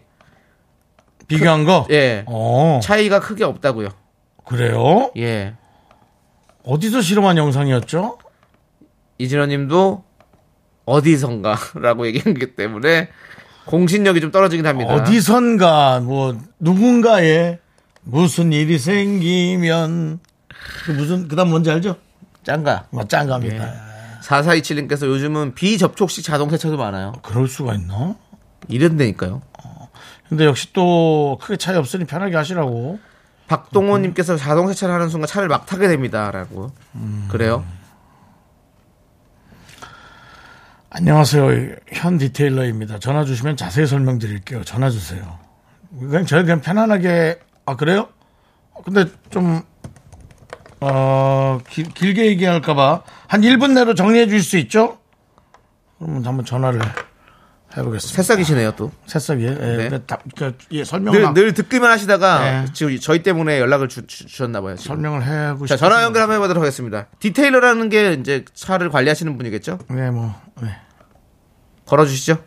A: 비교한 거?
B: 예,
A: 어.
B: 차이가 크게 없다고요.
A: 그래요?
B: 예,
A: 어디서 실험한 영상이었죠?
B: 이진원님도 어디선가라고 얘기했기 때문에 공신력이 좀 떨어지긴 합니다.
A: 어디선가 뭐 누군가의 무슨 일이 생기면 그 무슨 그다음 뭔지 알죠? 짱가. 뭐
B: 예.
A: 짱가입니다.
B: 4427님께서 요즘은 비접촉식 자동 세차도 많아요.
A: 그럴 수가 있나?
B: 이런다니까요.
A: 근데 역시 또 크게 차이 없으니 편하게 하시라고.
B: 박동호님께서 자동 세차를 하는 순간 차를 막 타게 됩니다라고.
A: 음.
B: 그래요?
A: 안녕하세요. 현 디테일러입니다. 전화 주시면 자세히 설명드릴게요. 전화 주세요. 그냥 저희 그냥 편안하게 아 그래요? 근데 좀 어, 길, 길게 얘기할까 봐한 1분 내로 정리해 줄 수 있죠? 그러면 한번 전화를 해 보겠습니다.
B: 새싹이시네요 또.
A: 새싹이 예,
B: 네.
A: 네. 답, 그, 예, 설명을
B: 늘,
A: 막-
B: 늘 듣기만 하시다가
A: 네.
B: 지금 저희 때문에 연락을 주, 셨나 봐요. 지금.
A: 설명을 해 하고
B: 자
A: 싶
B: 전화 연결 한번 해보도록 하겠습니다. 디테일러라는 게 이제 차를 관리하시는 분이겠죠?
A: 네, 뭐. 네.
B: 걸어주시죠.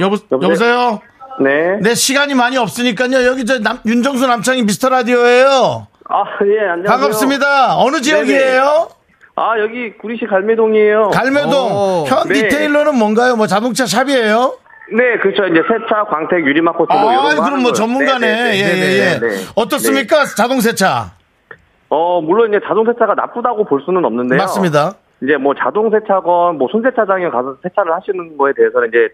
A: 여보,
G: 여보세요?
A: 여보세요?
G: 네.
A: 내 시간이 많이 없으니까요. 여기 저 남, 윤정수 남창희 미스터 라디오예요.
G: 아, 예, 안녕하세요.
A: 반갑습니다. 어느 지역이에요?
G: 아, 여기 구리시 갈매동이에요.
A: 갈매동.
B: 오.
A: 현
G: 네.
A: 디테일러는 뭔가요? 뭐 자동차 샵이에요?
G: 네, 그렇죠. 이제 세차, 광택, 유리막 코트 뭐 이런
A: 아,
G: 거
A: 그럼
G: 하는
A: 뭐
G: 거예요.
A: 전문가네.
G: 네, 네,
A: 예,
G: 네,
A: 예,
G: 네,
A: 예.
G: 네. 네.
A: 어떻습니까? 자동세차.
G: 어, 물론 이제 자동 세차가 나쁘다고 볼 수는 없는데요.
A: 맞습니다.
G: 이제 뭐 자동 세차건 뭐 손세차장에 가서 세차를 하시는 거에 대해서는 이제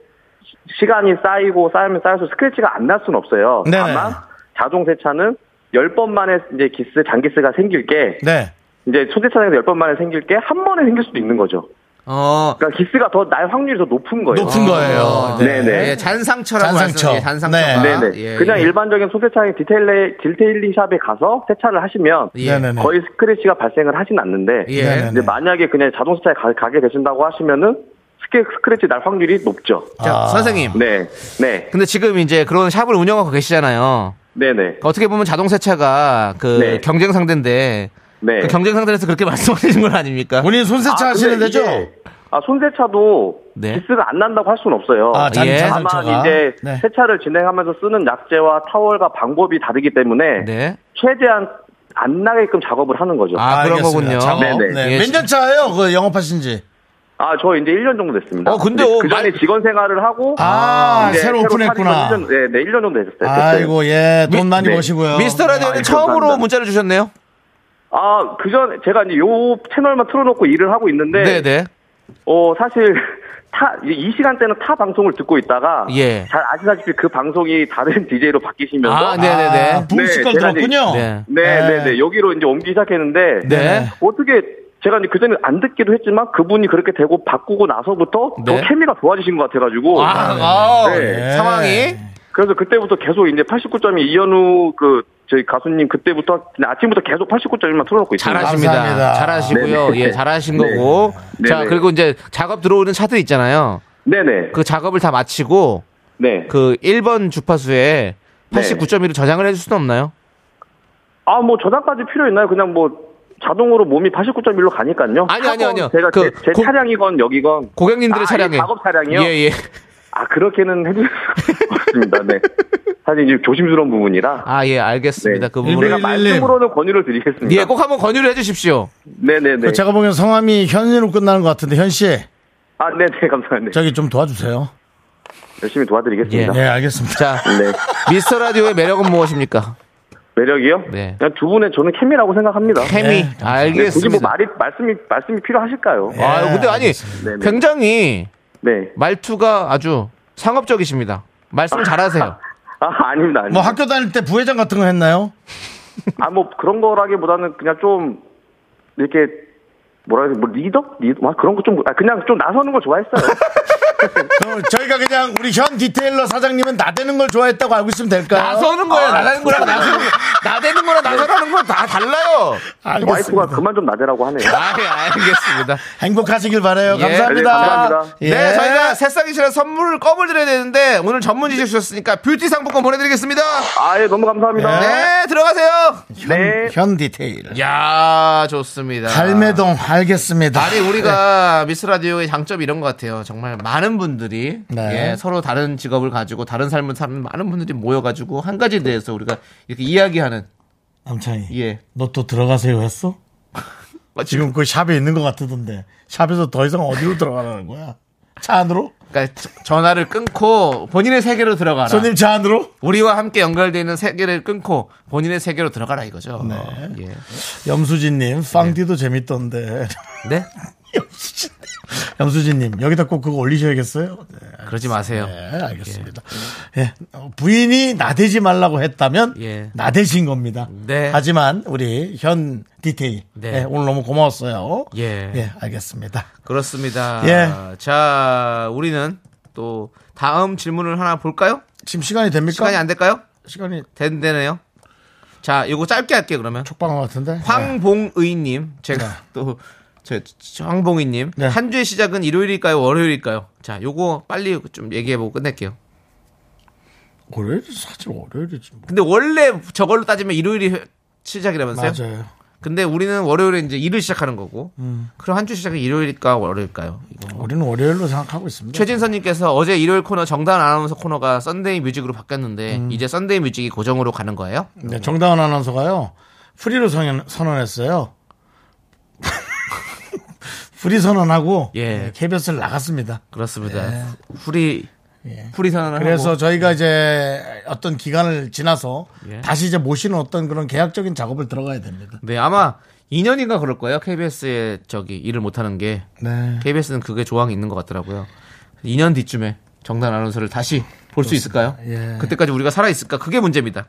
G: 시- 시간이 쌓이고 쌓이면 쌓여서 스크래치가 안 날 수는 없어요.
A: 네네.
G: 다만 자동 세차는 10번 만에 이제 기스, 장기스가 생길 게
A: 네.
G: 이제 손세차장에서 10번 만에 생길 게 한 번에 생길 수도 있는 거죠.
B: 어,
G: 그러니까 기스가 더 날 확률이 더 높은 거예요.
A: 높은 거예요.
G: 네, 네.
B: 예, 잔상처라고
A: 잔상처.
B: 말씀드려요. 잔상처가.
A: 네.
G: 네네.
B: 예,
G: 그냥
B: 예.
G: 일반적인 소세차인 디테일, 디테일링 샵에 가서 세차를 하시면
B: 예.
A: 네네네.
G: 거의 스크래치가 발생을 하진 않는데
B: 예.
A: 네네네.
G: 이제 만약에 그냥 자동차에 가, 가게 되신다고 하시면은 스크, 스크래치 날 확률이 높죠.
B: 자,
A: 아.
B: 선생님.
G: 네, 네,
B: 근데 지금 이제 그런 샵을 운영하고 계시잖아요.
G: 네, 네,
B: 어떻게 보면 자동세차가 그
G: 네.
B: 경쟁 상대인데
G: 네.
B: 그 경쟁 상대에서 그렇게 말씀하시는 건 아닙니까?
A: 본인 손세차
G: 아,
A: 하시는
G: 근데
A: 데죠?
G: 이게, 아, 손세차도
B: 네.
G: 기스가 안 난다고 할 수는 없어요.
A: 아, 잔,
B: 예.
A: 잔,
G: 다만
A: 잔차가.
G: 이제
A: 네.
G: 세차를 진행하면서 쓰는 약재와 타월과 방법이 다르기 때문에
B: 네.
G: 최대한 안 나게끔 작업을 하는 거죠.
B: 아, 그런 거군요.
A: 작업.
G: 네네.
A: 네.
B: 예.
A: 몇년 차예요? 그 영업하신 지.
G: 아, 저 이제 1년 정도 됐습니다.
B: 어, 근데 어,
G: 그 전에
B: 말-
G: 직원 생활을 하고.
A: 아,
G: 이제
A: 새로 오픈했구나.
G: 차린 건 1년, 네, 네, 1년 정도 됐어요.
A: 아이고, 예. 돈 많이
G: 네.
A: 버시고요.
B: 미스터 라디오는
G: 아,
B: 처음으로
G: 감사합니다.
B: 문자를 주셨네요.
G: 아, 그 전에 제가 이제 요 채널만 틀어놓고 일을 하고 있는데.
B: 네, 네.
G: 어, 사실 타, 이이 시간대는 타 방송을 듣고 있다가.
B: 예.
G: 잘 아시다시피 그 방송이 다른 DJ로 바뀌시면서.
B: 아, 네. 네네네.
G: 네,
A: 붕식걸
G: 제가 이제-
A: 들었군요.
B: 네.
G: 네,
A: 네.
G: 네, 네. 여기로 이제 옮기 시작했는데.
B: 네.
G: 어떻게 제가 이제 그전에 안 듣기도 했지만 그분이 그렇게 되고 바꾸고 나서부터
B: 네.
G: 더 케미가 좋아지신 것 같아가지고.
B: 아,
G: 네.
B: 아,
A: 네.
B: 상황이
G: 그래서 그때부터 계속 이제 89.2 이현우 그 저희 가수님 그때부터 그냥 아침부터 계속 89.1만 틀어놓고 있습니다.
B: 잘하십니다.
A: 감사합니다.
B: 잘하시고요.
G: 네네.
B: 예, 잘하신
G: 네.
B: 거고.
G: 네네.
B: 자, 그리고 이제 작업 들어오는 차들 있잖아요.
G: 네네.
B: 그 작업을 다 마치고
G: 네.
B: 그 1번 주파수에 89.1을 저장을 해줄 수는 없나요?
G: 아 뭐 저장까지 필요 있나요? 그냥 뭐 자동으로 몸이 89.1로 가니까요.
B: 아니요, 아니요, 아니요.
G: 제가
B: 그
G: 제, 제
B: 고-
G: 차량이건 여기건
B: 고객님들의
G: 아,
B: 차량에.
G: 예, 작업 차량이요?
B: 예, 예.
G: 아 그렇게는 해줄 수 없습니다. 네. 사실 이제 조심스러운 부분이라
B: 아, 예, 알겠습니다.
G: 네.
B: 그
A: 일일이-
B: 부분을.
G: 제가
A: 1111.
G: 말씀으로는 권유를 드리겠습니다.
B: 예, 꼭 한번 권유를 해주십시오.
G: 네네네.
A: 그 제가 보기엔 성함이 현으로 끝나는 것 같은데 현 씨,
G: 아 네네 감사합니다.
A: 저기 좀 도와주세요.
G: 열심히 도와드리겠습니다.
A: 예, 알겠습니다.
B: 자,
G: 네.
B: 미스터 라디오의 매력은 무엇입니까?
G: 매력이요?
B: 네.
G: 그냥 두 분의 저는 케미라고 생각합니다.
B: 케미.
A: 네,
G: 네, 굳이 뭐
B: 알겠습니다.
G: 말이 말씀이 말씀이 필요하실까요?
A: 예,
B: 아유, 근데 아니,
G: 네네.
B: 굉장히
G: 네.
B: 말투가 아주 상업적이십니다. 말씀 잘하세요.
G: 아 아닙니다. 아닙니다.
A: 뭐 학교 다닐 때 부회장 같은 거 했나요?
G: 아뭐 그런 거라기보다는 그냥 좀 이렇게 뭐라 해야 돼? 뭐 리더? 리더? 아, 그런 거 좀 그냥 좀 나서는 걸 좋아했어요.
A: 그럼 저희가 그냥 우리 현 디테일러 사장님은 나대는 걸 좋아했다고 알고 있으면 될까요?
B: 나서는 거야, 아, 나가는 거랑 나서는 거, 나대는 거랑 나서라는 건 다 달라요.
G: 와이프가
A: 알겠습니다.
G: 그만 좀 나대라고 하네요.
B: 아, 예, 알겠습니다.
A: 행복하시길 바래요.
B: 예,
A: 감사합니다.
G: 네, 감사합니다.
A: 예.
B: 네, 저희가 새싹이시라 선물을 껌을 드려야 되는데 오늘 전문지식 주셨으니까 뷰티 상품권 보내드리겠습니다.
G: 아예 너무 감사합니다.
B: 네, 들어가세요.
G: 네.
A: 현 디테일.
B: 예. 야, 좋습니다.
A: 갈매동 알겠습니다. 예,
B: 아니 우리가 미스 라디오의 장점이 이런 것 같아요. 정말 많은 분들이
A: 네.
B: 예, 서로 다른 직업을 가지고 다른 삶을 사는 많은 분들이 모여가지고 한 가지에 대해서 우리가 이렇게 이야기하는
A: 남창이.
B: 예
A: 너 또 들어가세요 했어?
B: 어, 지금
A: 지금 그 샵에 있는 것 같던데 샵에서 더 이상 어디로 들어가라는 거야? 차 안으로?
B: 그러니까 저- 전화를 끊고 본인의 세계로 들어가라.
A: 손님 차 안으로?
B: 우리와 함께 연결되어 있는 세계를 끊고 본인의 세계로 들어가라 이거죠.
A: 네.
B: 예.
A: 염수진님 빵디도 재밌던데
B: 네?
A: 염수진님 여기다 꼭 그거 올리셔야겠어요. 네,
B: 그러지 마세요.
A: 네, 알겠습니다. 예. 어, 부인이 나대지 말라고 했다면
B: 예.
A: 나대신 겁니다.
B: 네.
A: 하지만 우리 현 디테일
B: 네.
A: 예, 오늘 너무 고마웠어요.
B: 예.
A: 알겠습니다.
B: 그렇습니다.
A: 예.
B: 자, 우리는 또 다음 질문을 하나 볼까요?
A: 지금 시간이 됩니까?
B: 시간이 안 될까요?
A: 시간이
B: 된대네요. 자, 이거 짧게 할게요, 그러면.
A: 촉박한 것 같은데. 네.
B: 황봉의님, 제가
A: 네.
B: 또, 제, 황봉의님.
A: 네.
B: 한 주의 시작은 일요일일까요, 월요일일까요? 자, 요거 빨리 좀 얘기해보고 끝낼게요.
A: 월요일이 사실 월요일이지 뭐.
B: 근데 원래 저걸로 따지면 일요일이 회- 시작이라면서요?
A: 맞아요.
B: 근데 우리는 월요일에 이제 일을 시작하는 거고
A: 음.
B: 그럼 한 주 시작이 일요일일까 월요일일까요? 이거.
A: 우리는 월요일로 생각하고 있습니다.
B: 최진선님께서 어제 일요일 코너 정다은 아나운서 코너가 썬데이 뮤직으로 바뀌었는데
A: 음.
B: 이제 썬데이 뮤직이 고정으로 가는 거예요?
A: 네, 정다은 아나운서가요 프리로 선언, 선언했어요. 프리 선언하고
B: 예.
A: 예. KBS를 나갔습니다.
B: 그렇습니다. 후리 후리 선언을
A: 예. 그래서
B: 하고
A: 저희가 이제 어떤 기간을 지나서
B: 예.
A: 다시 이제 모시는 어떤 그런 계약적인 작업을 들어가야 됩니다.
B: 네 아마 2년인가 그럴 거예요. KBS에 저기 일을 못하는 게
A: 네.
B: KBS는 그게 조항이 있는 것 같더라고요. 2년 뒤쯤에 정단 아나운서를 다시 볼 수 있을까요?
A: 예.
B: 그때까지 우리가 살아 있을까? 그게 문제입니다.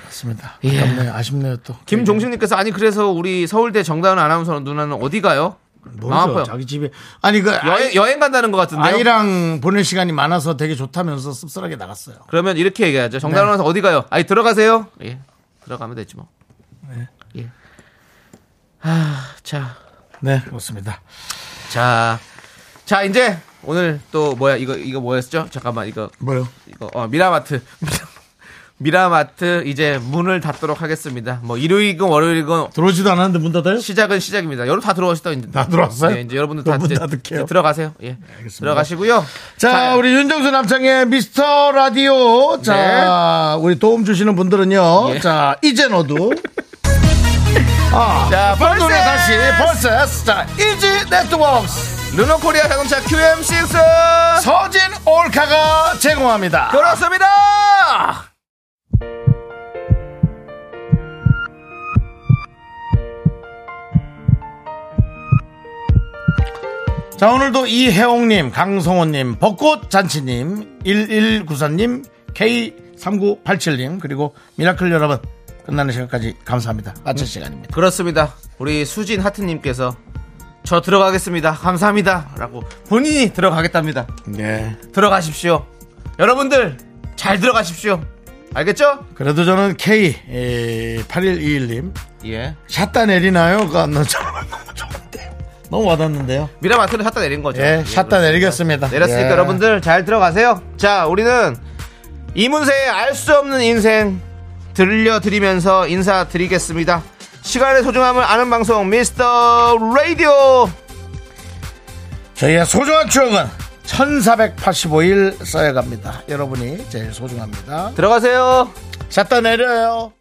A: 그렇습니다.
B: 예.
A: 아깝네요. 아쉽네요 또. 예.
B: 김종식님께서 아니 그래서 우리 서울대 정다은 아나운서 누나는 어디 가요?
A: 뭐죠?
B: 마음 아파요.
A: 자기 집에 아니 그
B: 여행, 여행 간다는 것 같은데요.
A: 아이, 랑 보낼 시간이 많아서 되게 좋다면서 씁쓸하게 나갔어요.
B: 그러면 이렇게 얘기하죠.
A: 네.
B: 정다은 아나운서 어디 가요? 아니 들어가세요. 예, 들어가면 되지 뭐. 예. 아, 자,
A: 네 그렇습니다.
B: 자, 자 이제 오늘 또 뭐야 이거 이거 뭐였죠? 잠깐만 이거
A: 뭐요?
B: 이거 어, 미라마트 미라마트 이제 문을 닫도록 하겠습니다. 뭐 일요일이건 월요일이건
A: 들어오지도 않았는데 문 닫아요?
B: 시작은 시작입니다. 여러분 다 들어오시다 이제
A: 다 들어왔어요?
B: 네, 이제 여러분들 다
A: 그럼 문
B: 이제,
A: 닫을게요. 네,
B: 이제 들어가세요. 예,
A: 알겠습니다.
B: 들어가시고요.
A: 자, 우리 윤정수 남창의 미스터 라디오. 자, 우리 도움 주시는 분들은요.
B: 예.
A: 자, 이제 너도. 아,
B: 자,
A: 번 노래 다시
B: Versus.
A: 버스. 자, 이지 네트워크스.
B: 르노코리아 자동차 QM6
A: 서진 올카가 제공합니다.
B: 그렇습니다.
A: 자, 오늘도 이혜홍님, 강성호님, 벚꽃잔치님, 1194님, K3987님, 그리고 미라클 여러분, 끝나는 시간까지 감사합니다. 마칠 시간입니다.
B: 그렇습니다. 우리 수진 하트님께서 저 들어가겠습니다. 감사합니다라고 본인이 들어가겠답니다.
A: 네.
B: 들어가십시오. 여러분들 잘 들어가십시오. 알겠죠?
A: 그래도 저는 K8121님,
B: 예.
A: 샷다 내리나요?가 너무 좋은데 너무 와닿는데요.
B: 미라마트를 샀다 내린 거죠.
A: 예, 샷다
B: 그렇습니다.
A: 내리겠습니다.
B: 내렸으니까
A: 예.
B: 여러분들 잘 들어가세요. 자, 우리는 이문세의 알 수 없는 인생 들려드리면서 인사드리겠습니다. 시간의 소중함을 아는 방송 미스터 라디오.
A: 저희의 소중한 추억은 1485일 써야 갑니다. 여러분이 제일 소중합니다.
B: 들어가세요.
A: 샷다 내려요.